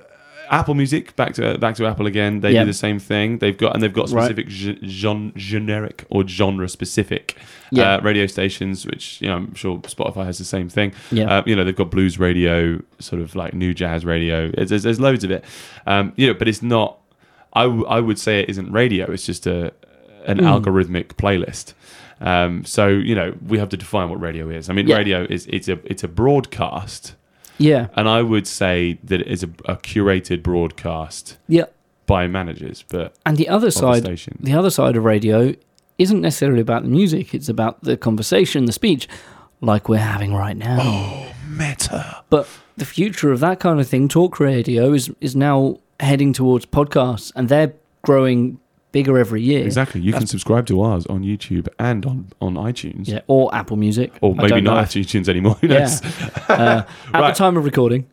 S3: Apple Music back to uh, back to Apple again. They
S2: Yeah.
S3: do the same thing. They've got and they've got
S2: Right.
S3: specific gen- gen- generic or genre specific
S2: Yeah.
S3: uh, radio stations, which you know I'm sure Spotify has the same thing.
S2: Yeah.
S3: Uh, you know they've got blues radio, sort of like new jazz radio. There's, there's, there's loads of it. Um, you know, but it's not. I, w- I would say it isn't radio. It's just a an
S2: Hmm.
S3: algorithmic playlist. Um, so you know we have to define what radio is. I mean,
S2: Yeah.
S3: radio is it's a it's a broadcast.
S2: Yeah.
S3: And I would say that it is a, a curated broadcast
S2: Yeah.
S3: by managers, but
S2: And the other side,
S3: station.
S2: the other side of radio, isn't necessarily about the music. It's about the conversation, the speech, like we're having right now.
S3: Oh, meta.
S2: But the future of that kind of thing, talk radio, is is now heading towards podcasts, and they're growing bigger every year.
S3: Exactly. You can subscribe to ours on YouTube and on, on iTunes.
S2: Yeah, or Apple Music,
S3: Or
S2: I
S3: maybe
S2: don't
S3: not
S2: know.
S3: iTunes anymore. Who
S2: Yeah. Uh,
S3: knows?
S2: At
S3: Right.
S2: the time of recording,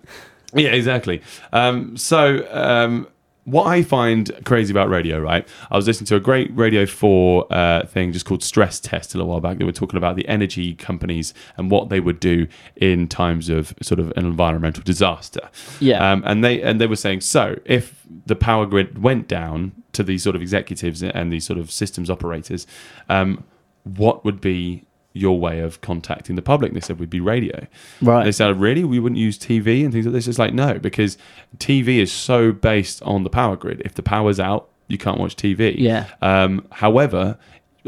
S3: Yeah, exactly. Um, so, um, what I find crazy about radio, right? I was listening to a great Radio 4 uh, thing just called Stress Test a little while back. They were talking about the energy companies and what they would do in times of sort of an environmental disaster.
S2: Yeah.
S3: Um, and they and they were saying, so if the power grid went down to these sort of executives and these sort of systems operators, um, what would be your way of contacting the public? They said would be radio.
S2: Right.
S3: They said, really? We wouldn't use TV and things like this. It's like, no, because TV is so based on the power grid. If the power's out, you can't watch TV.
S2: Yeah.
S3: Um, however,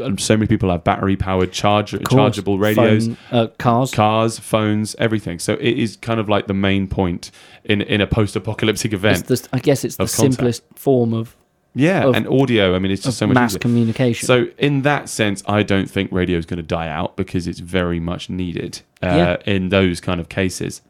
S3: um, so many people have battery powered charger, chargeable radios
S2: phone, uh, cars.
S3: cars, phones, everything. So it is kind of like the main point in in a post-apocalyptic
S2: It's
S3: event.
S2: the, I guess it's the
S3: of contact.
S2: simplest form of
S3: yeah,
S2: of-
S3: and audio. I mean, it's just so much
S2: mass
S3: easier.
S2: communication.
S3: So in that sense, I don't think radio is going to die out because it's very much needed uh, in those kind of cases.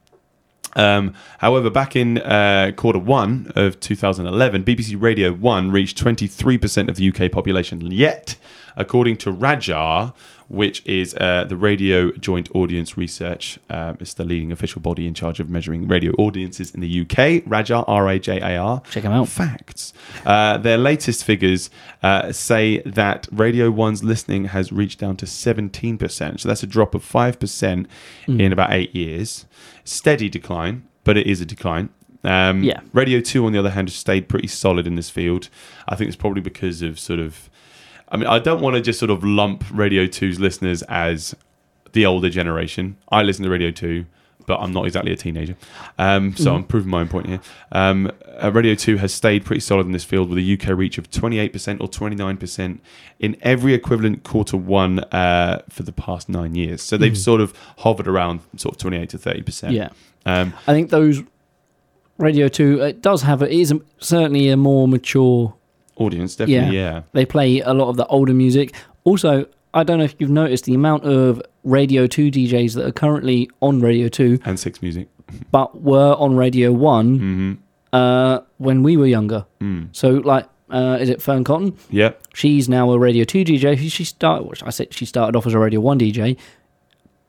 S3: Um, however, back in uh, quarter one of 2011, BBC Radio 1 reached 23% of the UK population. Yet, according to Rajar, which is uh, the Radio Joint Audience Research. Um, it's the leading official body in charge of measuring radio audiences in the UK. Rajar R A J A R.
S2: Check 'em out.
S3: Facts. Uh, their latest figures uh, say that Radio One's listening has reached down to 17%. So that's a drop of 5% in about eight years. Steady decline, but it is a decline. Um,
S2: Yeah.
S3: Radio 2, on the other hand, has stayed pretty solid in this field. I think it's probably because of sort of. I mean, I don't want to just sort of lump Radio 2's listeners as the older generation. I listen to Radio 2, but I'm not exactly a teenager. Um,
S2: Mm-hmm.
S3: so I'm proving my own point here. Um, uh, Radio 2 has stayed pretty solid in this field with a UK reach of 28% or 29% in every equivalent quarter one uh, for the past nine years. So they've sort of hovered around sort of 28 to 30%.
S2: Mm-hmm. Yeah.
S3: Um,
S2: I think those Radio Two. It does have. It is a, certainly a more mature.
S3: audience, definitely,
S2: Yeah.
S3: yeah.
S2: They play a lot of the older music. Also, I don't know if you've noticed the amount of Radio Two DJs that are currently on Radio Two,
S3: And Six Music.
S2: but were on Radio One uh, when we were younger. So, like, uh, is it Fern Cotton?
S3: Yeah.
S2: She's now a Radio 2 DJ. She- She started, I said she started off as a Radio 1 DJ.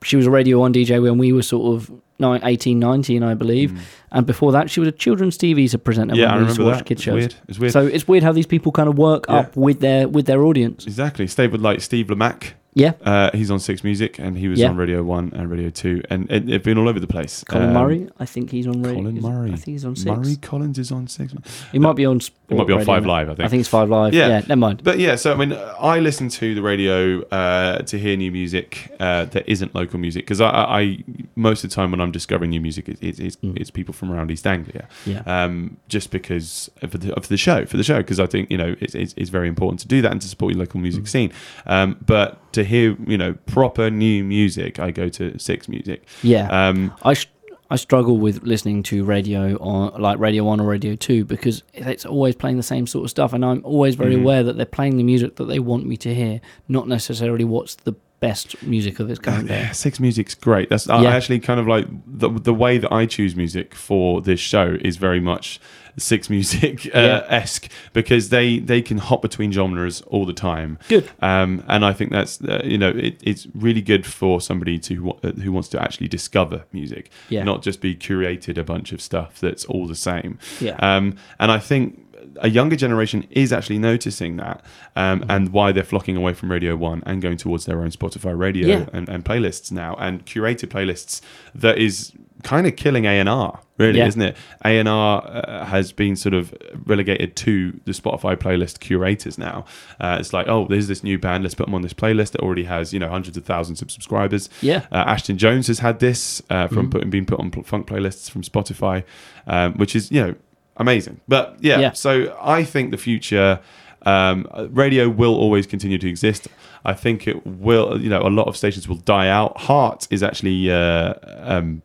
S2: She was a Radio 1 DJ when we were sort of nine, 18, 19, I believe. And before that, she was a children's TV presenter
S3: Hmm. Yeah,
S2: when
S3: I
S2: we used to
S3: remember
S2: watch
S3: that.
S2: kids
S3: It's
S2: shows.
S3: weird. It's weird.
S2: So it's weird how these people kind of work
S3: Yeah.
S2: up with their with their audience.
S3: Exactly. Stayed with like Steve Lamack.
S2: Yeah.
S3: Uh, he's on Six Music, and he was
S2: Yeah.
S3: on Radio One and Radio Two, and it, it's been all over the place.
S2: Colin
S3: Um,
S2: Murray, I think he's on radio.
S3: Colin
S2: is-
S3: Murray.
S2: I think he's on 6.
S3: Murray Collins is on Six.
S2: He might be on
S3: It might be on
S2: Radio
S3: Five
S2: now.
S3: Live, I think.
S2: I think it's 5 Live.
S3: Yeah.
S2: Yeah, never mind.
S3: But yeah, so I mean, I listen to the radio uh, to hear new music uh, that isn't local music because I, I, I most of the time when I'm discovering new music, it, it, it's, it's people from around East Anglia.
S2: Mm. Yeah.
S3: Um, just because of the, of the show for the show because I think you know it's, it's, it's very important to do that and to support your
S2: Mm.
S3: local music scene. Um, but to hear you know proper new music, I go to Six Music.
S2: yeah.
S3: Um,
S2: I sh- I struggle with listening to radio on like Radio One or Radio Two because it's always playing the same sort of stuff, and I'm always very
S3: Mm.
S2: aware that they're playing the music that they want me to hear, not necessarily what's the best music of its current day.
S3: Yeah, six music's great. That's I
S2: Yeah.
S3: actually kind of like the the way that I choose music for this show is very much six music uh, esque because they they can hop between genres all the time.
S2: Good.
S3: Um, and I think that's uh, you know it, it's really good for somebody to wa- uh, who wants to actually discover music,
S2: Yeah.
S3: not just be curated a bunch of stuff that's all the same.
S2: Yeah.
S3: Um, and I think a younger generation is actually noticing that um,
S2: Mm-hmm.
S3: and why they're flocking away from Radio 1 and going towards their own Spotify radio
S2: Yeah.
S3: and, and playlists now and curated playlists that is kind of killing A&R really
S2: Yeah.
S3: isn't it A&R uh, has been sort of relegated to the Spotify playlist curators now uh, it's like oh there's this new band let's put them on this playlist that already has you know hundreds of thousands of subscribers
S2: Yeah.
S3: uh, Ashton Jones has had this uh,
S2: Mm-hmm.
S3: from putting being put on pl- funk playlists from Spotify, um, which is you know amazing. But yeah,
S2: Yeah.
S3: so I think the future um, uh, radio will always continue to exist. I think it will. You know, a lot of stations will die out. Heart is actually. Uh, um,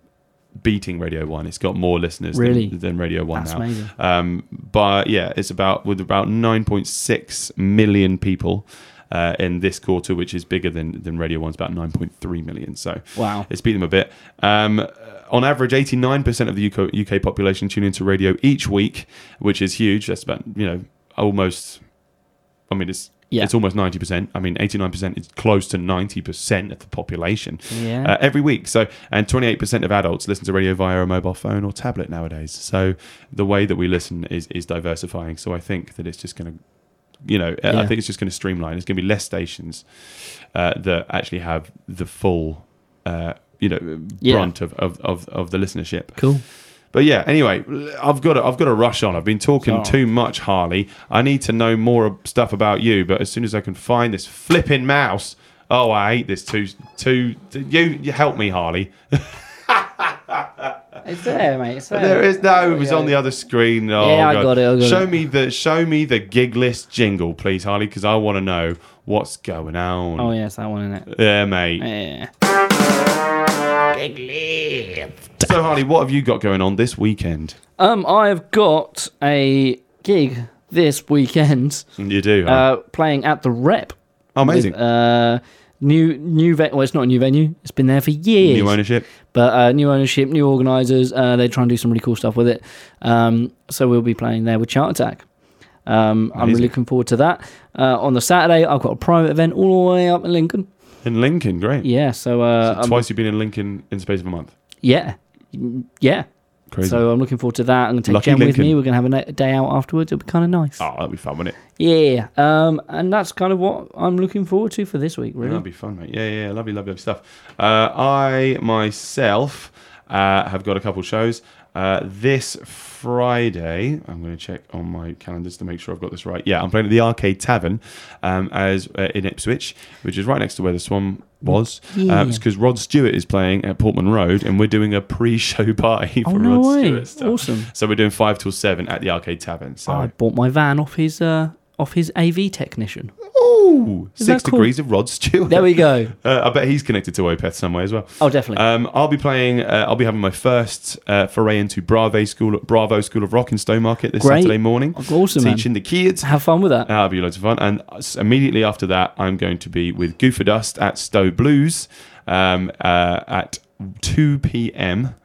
S3: beating radio one it's got more listeners than-
S2: Really?
S3: than, radio one
S2: That's
S3: now
S2: amazing.
S3: um but yeah it's about with about 9.6 million people uh, in this quarter which is bigger than than radio one's about 9.3 million so
S2: Wow.
S3: it's beat them a bit. Um, on average, 89% of the UK, UK population tune into radio each week, which is huge. That's about, you know, almost, I mean, it's.
S2: Yeah.
S3: It's almost 90%. I mean, 89% is close to 90% of the population
S2: Yeah.
S3: uh, every week. So, and 28% of adults listen to radio via a mobile phone or tablet nowadays. So, the way that we listen is, is diversifying. So, I think that it's just going to, you know, I- I
S2: Yeah.
S3: think it's just going to streamline. It's going to be less stations uh, that actually have the full, uh, you know,
S2: Yeah.
S3: brunt of, of, of, of the listenership.
S2: Cool.
S3: But yeah, anyway, I've got to, I've got to rush on. I've been talking
S2: Sorry.
S3: too much, Harley. I need to know more ab- stuff about you. But as soon as I can find this flipping mouse, oh, I hate this. Too, too. You, you help me, Harley.
S2: It's there, mate. It's there.
S3: There is no. It was on the other screen. Oh,
S2: Yeah, I
S3: God.
S2: got it, I got
S3: show
S2: it.
S3: me the show me the gig list jingle, please, Harley, because I want to know what's going on.
S2: Oh yeah, it's that one in it.
S3: Yeah, mate.
S2: Yeah.
S3: So, Harley, what have you got going on this weekend?
S2: Um, I've got a gig this weekend,
S3: You do. huh?
S2: uh, playing at the Rep.
S3: oh, amazing.
S2: With, uh, new new ve- well, it's not a new venue. It's been there for years.
S3: New ownership.
S2: but uh, new ownership, new organisers, uh, they try and do some really cool stuff with it. Um, so we'll be playing there with Chart Attack. Um, I'm
S3: Amazing.
S2: really looking forward to that. Uh, on the Saturday, I've got a private event all the way up in Lincoln.
S3: in Lincoln. Great.
S2: Yeah, so, uh,
S3: So
S2: um,
S3: twice you've been in Lincoln in the space of a month.
S2: yeah, Mm, yeah.
S3: Crazy.
S2: So I'm looking forward to that. I'm gonna take
S3: Lucky
S2: Jen with
S3: Lincoln.
S2: me. We're gonna have a, na- a day out afterwards. It'll be kind of nice.
S3: oh, that'd be fun, wouldn't it?
S2: Yeah, um, and that's kind of what I'm looking forward to for this week. Really,
S3: That'd be fun, mate. Yeah, yeah, lovely, lovely, lovely stuff. Uh, I myself uh, have got a couple shows. Uh, this Friday, I'm going to check on my calendars to make sure I've got this right. Yeah, I'm playing at the Arcade Tavern um, as uh, in Ipswich, which is right next to where the Swan was.
S2: Yeah.
S3: because Rod Stewart is playing at Portman Road, and we're doing a pre-show party for
S2: Oh, no
S3: Rod
S2: way.
S3: Stewart stuff.
S2: Awesome. Oh,
S3: So we're doing five till seven at the Arcade Tavern. So
S2: I bought my van off his uh, off his AV technician.
S3: Ooh,
S2: Is
S3: six
S2: that cool?
S3: degrees of Rod Stewart.
S2: There we go.
S3: Uh, I bet he's connected to Opeth somewhere as well.
S2: Oh, definitely.
S3: Um, I'll be playing. Uh, I'll be having my first uh, foray into Bravo School, Bravo School of Rock in Stone Market this
S2: Great.
S3: Saturday morning.
S2: Awesome, man.
S3: teaching the kids.
S2: Have fun with that.
S3: That'll be loads of fun. And s- immediately after that, I'm going to be with Goofer Dust at Stowe Blues um, uh, at 2 p.m.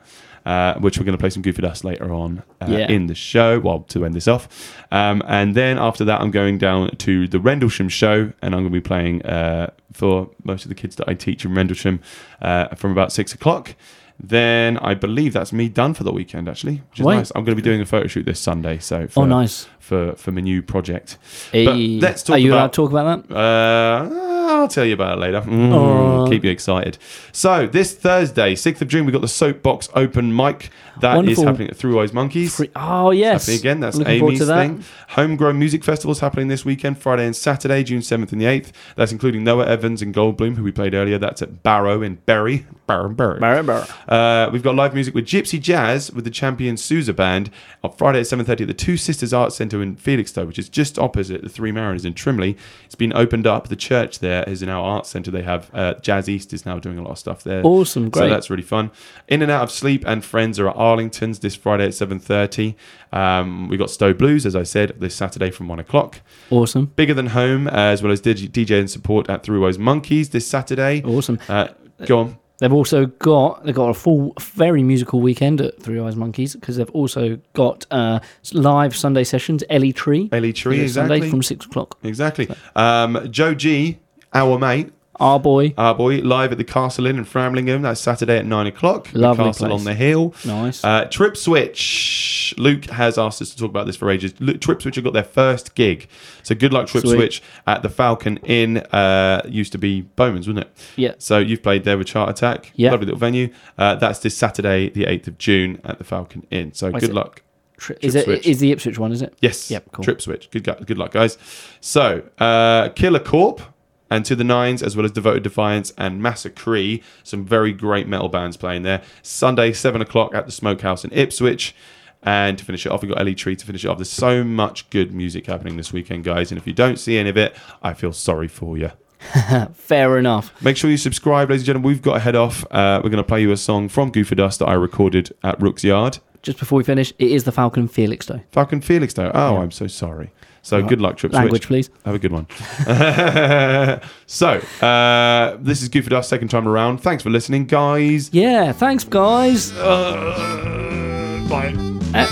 S3: Uh, which we're going to play some Goofer Dust later on uh,
S2: Yeah.
S3: in the show. Well, to end this off, um, and then after that, I'm going down to the Rendlesham show, and I'm going to be playing uh, for most of the kids that I teach in Rendlesham uh, from about six o'clock. Then I believe that's me done for the weekend. Actually, which is
S2: Wait.
S3: nice. I'm going to be doing a photo shoot this Sunday. So for,
S2: oh, nice.
S3: for for my new project. But
S2: Hey,
S3: let's talk
S2: Are you allowed
S3: about.
S2: to Oh. talk about that?
S3: uh, I'll tell you about it later. Mm,
S2: Aw.
S3: Keep you excited. So this Thursday, sixth of June, we have got the Soapbox Open Mic that is
S2: Wonderful.
S3: happening at Through Eyes Monkeys.
S2: Free- Oh yes.
S3: Happening again. That's
S2: Looking forward
S3: Amy's
S2: to that.
S3: thing. Homegrown Music Festival's happening this weekend, Friday and Saturday, June 7th and the 8th. That's including Noah Evans and Goldblum, who we played earlier. That's at Barrow in Berry. Barrow, Barrow.
S2: Barra, barra.
S3: Uh, we've got live music with Gypsy Jazz with the Champion Sousa Band on Friday at 7.30 at the Two Sisters Arts Centre in Felixstowe, which is just opposite the Three Mariners in Trimley. It's been opened up. The church there is now arts centre. They have uh, Jazz East is now doing a lot of stuff there.
S2: Awesome,
S3: So
S2: great.
S3: that's really fun. In and Out of Sleep and Friends are at Arlington's this Friday at 7.30. Um, we've got Stowe Blues, as I said, this Saturday from 1 o'clock.
S2: Awesome.
S3: Bigger Than Home, as well as dig- DJ and support at Throughways Monkeys this Saturday.
S2: Awesome.
S3: Uh, go on.
S2: They've also got they've got a full, very musical weekend at Three Eyes Monkeys because they've also got uh, live Sunday sessions. Ellie Tree,
S3: Ellie Tree, exactly.
S2: Sunday from six o'clock.
S3: Exactly. Um, Joe G, our mate,
S2: Our Ah, boy,
S3: our boy, live at the Castle Inn in Framlingham. That's Saturday at nine o'clock. The
S2: Lovely
S3: Castle
S2: place.
S3: on the hill.
S2: nice.
S3: Uh, Trip Switch. Luke has asked us to talk about this for ages. Lu- Trip Switch have got their first gig. So good luck, Trip
S2: Sweet.
S3: Switch, at the Falcon Inn. Uh, used to be Bowman's, wasn't it?
S2: Yeah.
S3: So you've played there with Chart Attack.
S2: Yeah.
S3: Lovely little venue. Uh, that's this Saturday, the 8th of June at the Falcon Inn. So
S2: Why is
S3: good
S2: it-
S3: luck.
S2: Tri- is it
S3: switch.
S2: is the Ipswich one? Is it?
S3: Yes.
S2: Yep. Cool.
S3: Trip switch. Good, gu- good luck, guys. So, uh, Killer Corp and To the Nines, as well as Devoted Defiance and Massacre. Some very great metal bands playing there. Sunday, 7 o'clock at the Smokehouse in Ipswich. And to finish it off, we've got Ellie Tree to finish it off. There's so much good music happening this weekend, guys. And if you don't see any of it, I feel sorry for you.
S2: Fair enough.
S3: Make sure you subscribe, ladies and gentlemen. We've got to head off. Uh, we're going to play you a song from Goofer Dust that I recorded at Rook's Yard.
S2: Just before we finish, it is the Falcon Felix though.
S3: Falcon Felix, though. Oh, I'm so sorry. So good luck, Trip Switch.
S2: Language, please.
S3: Have a good one. so, uh, this is Good for Dust, second time around. Thanks for listening, guys.
S2: Yeah. Thanks, guys.
S1: Uh, bye.
S2: Uh,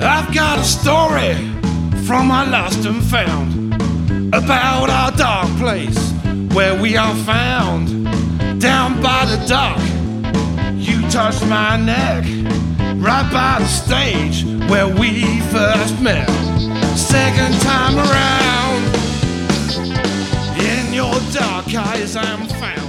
S1: I've got a story from my lost and found about our dark place where we are found. Down by the dock, you touched my neck. Right by the stage where we first met. Second time around, in your dark eyes I'm found.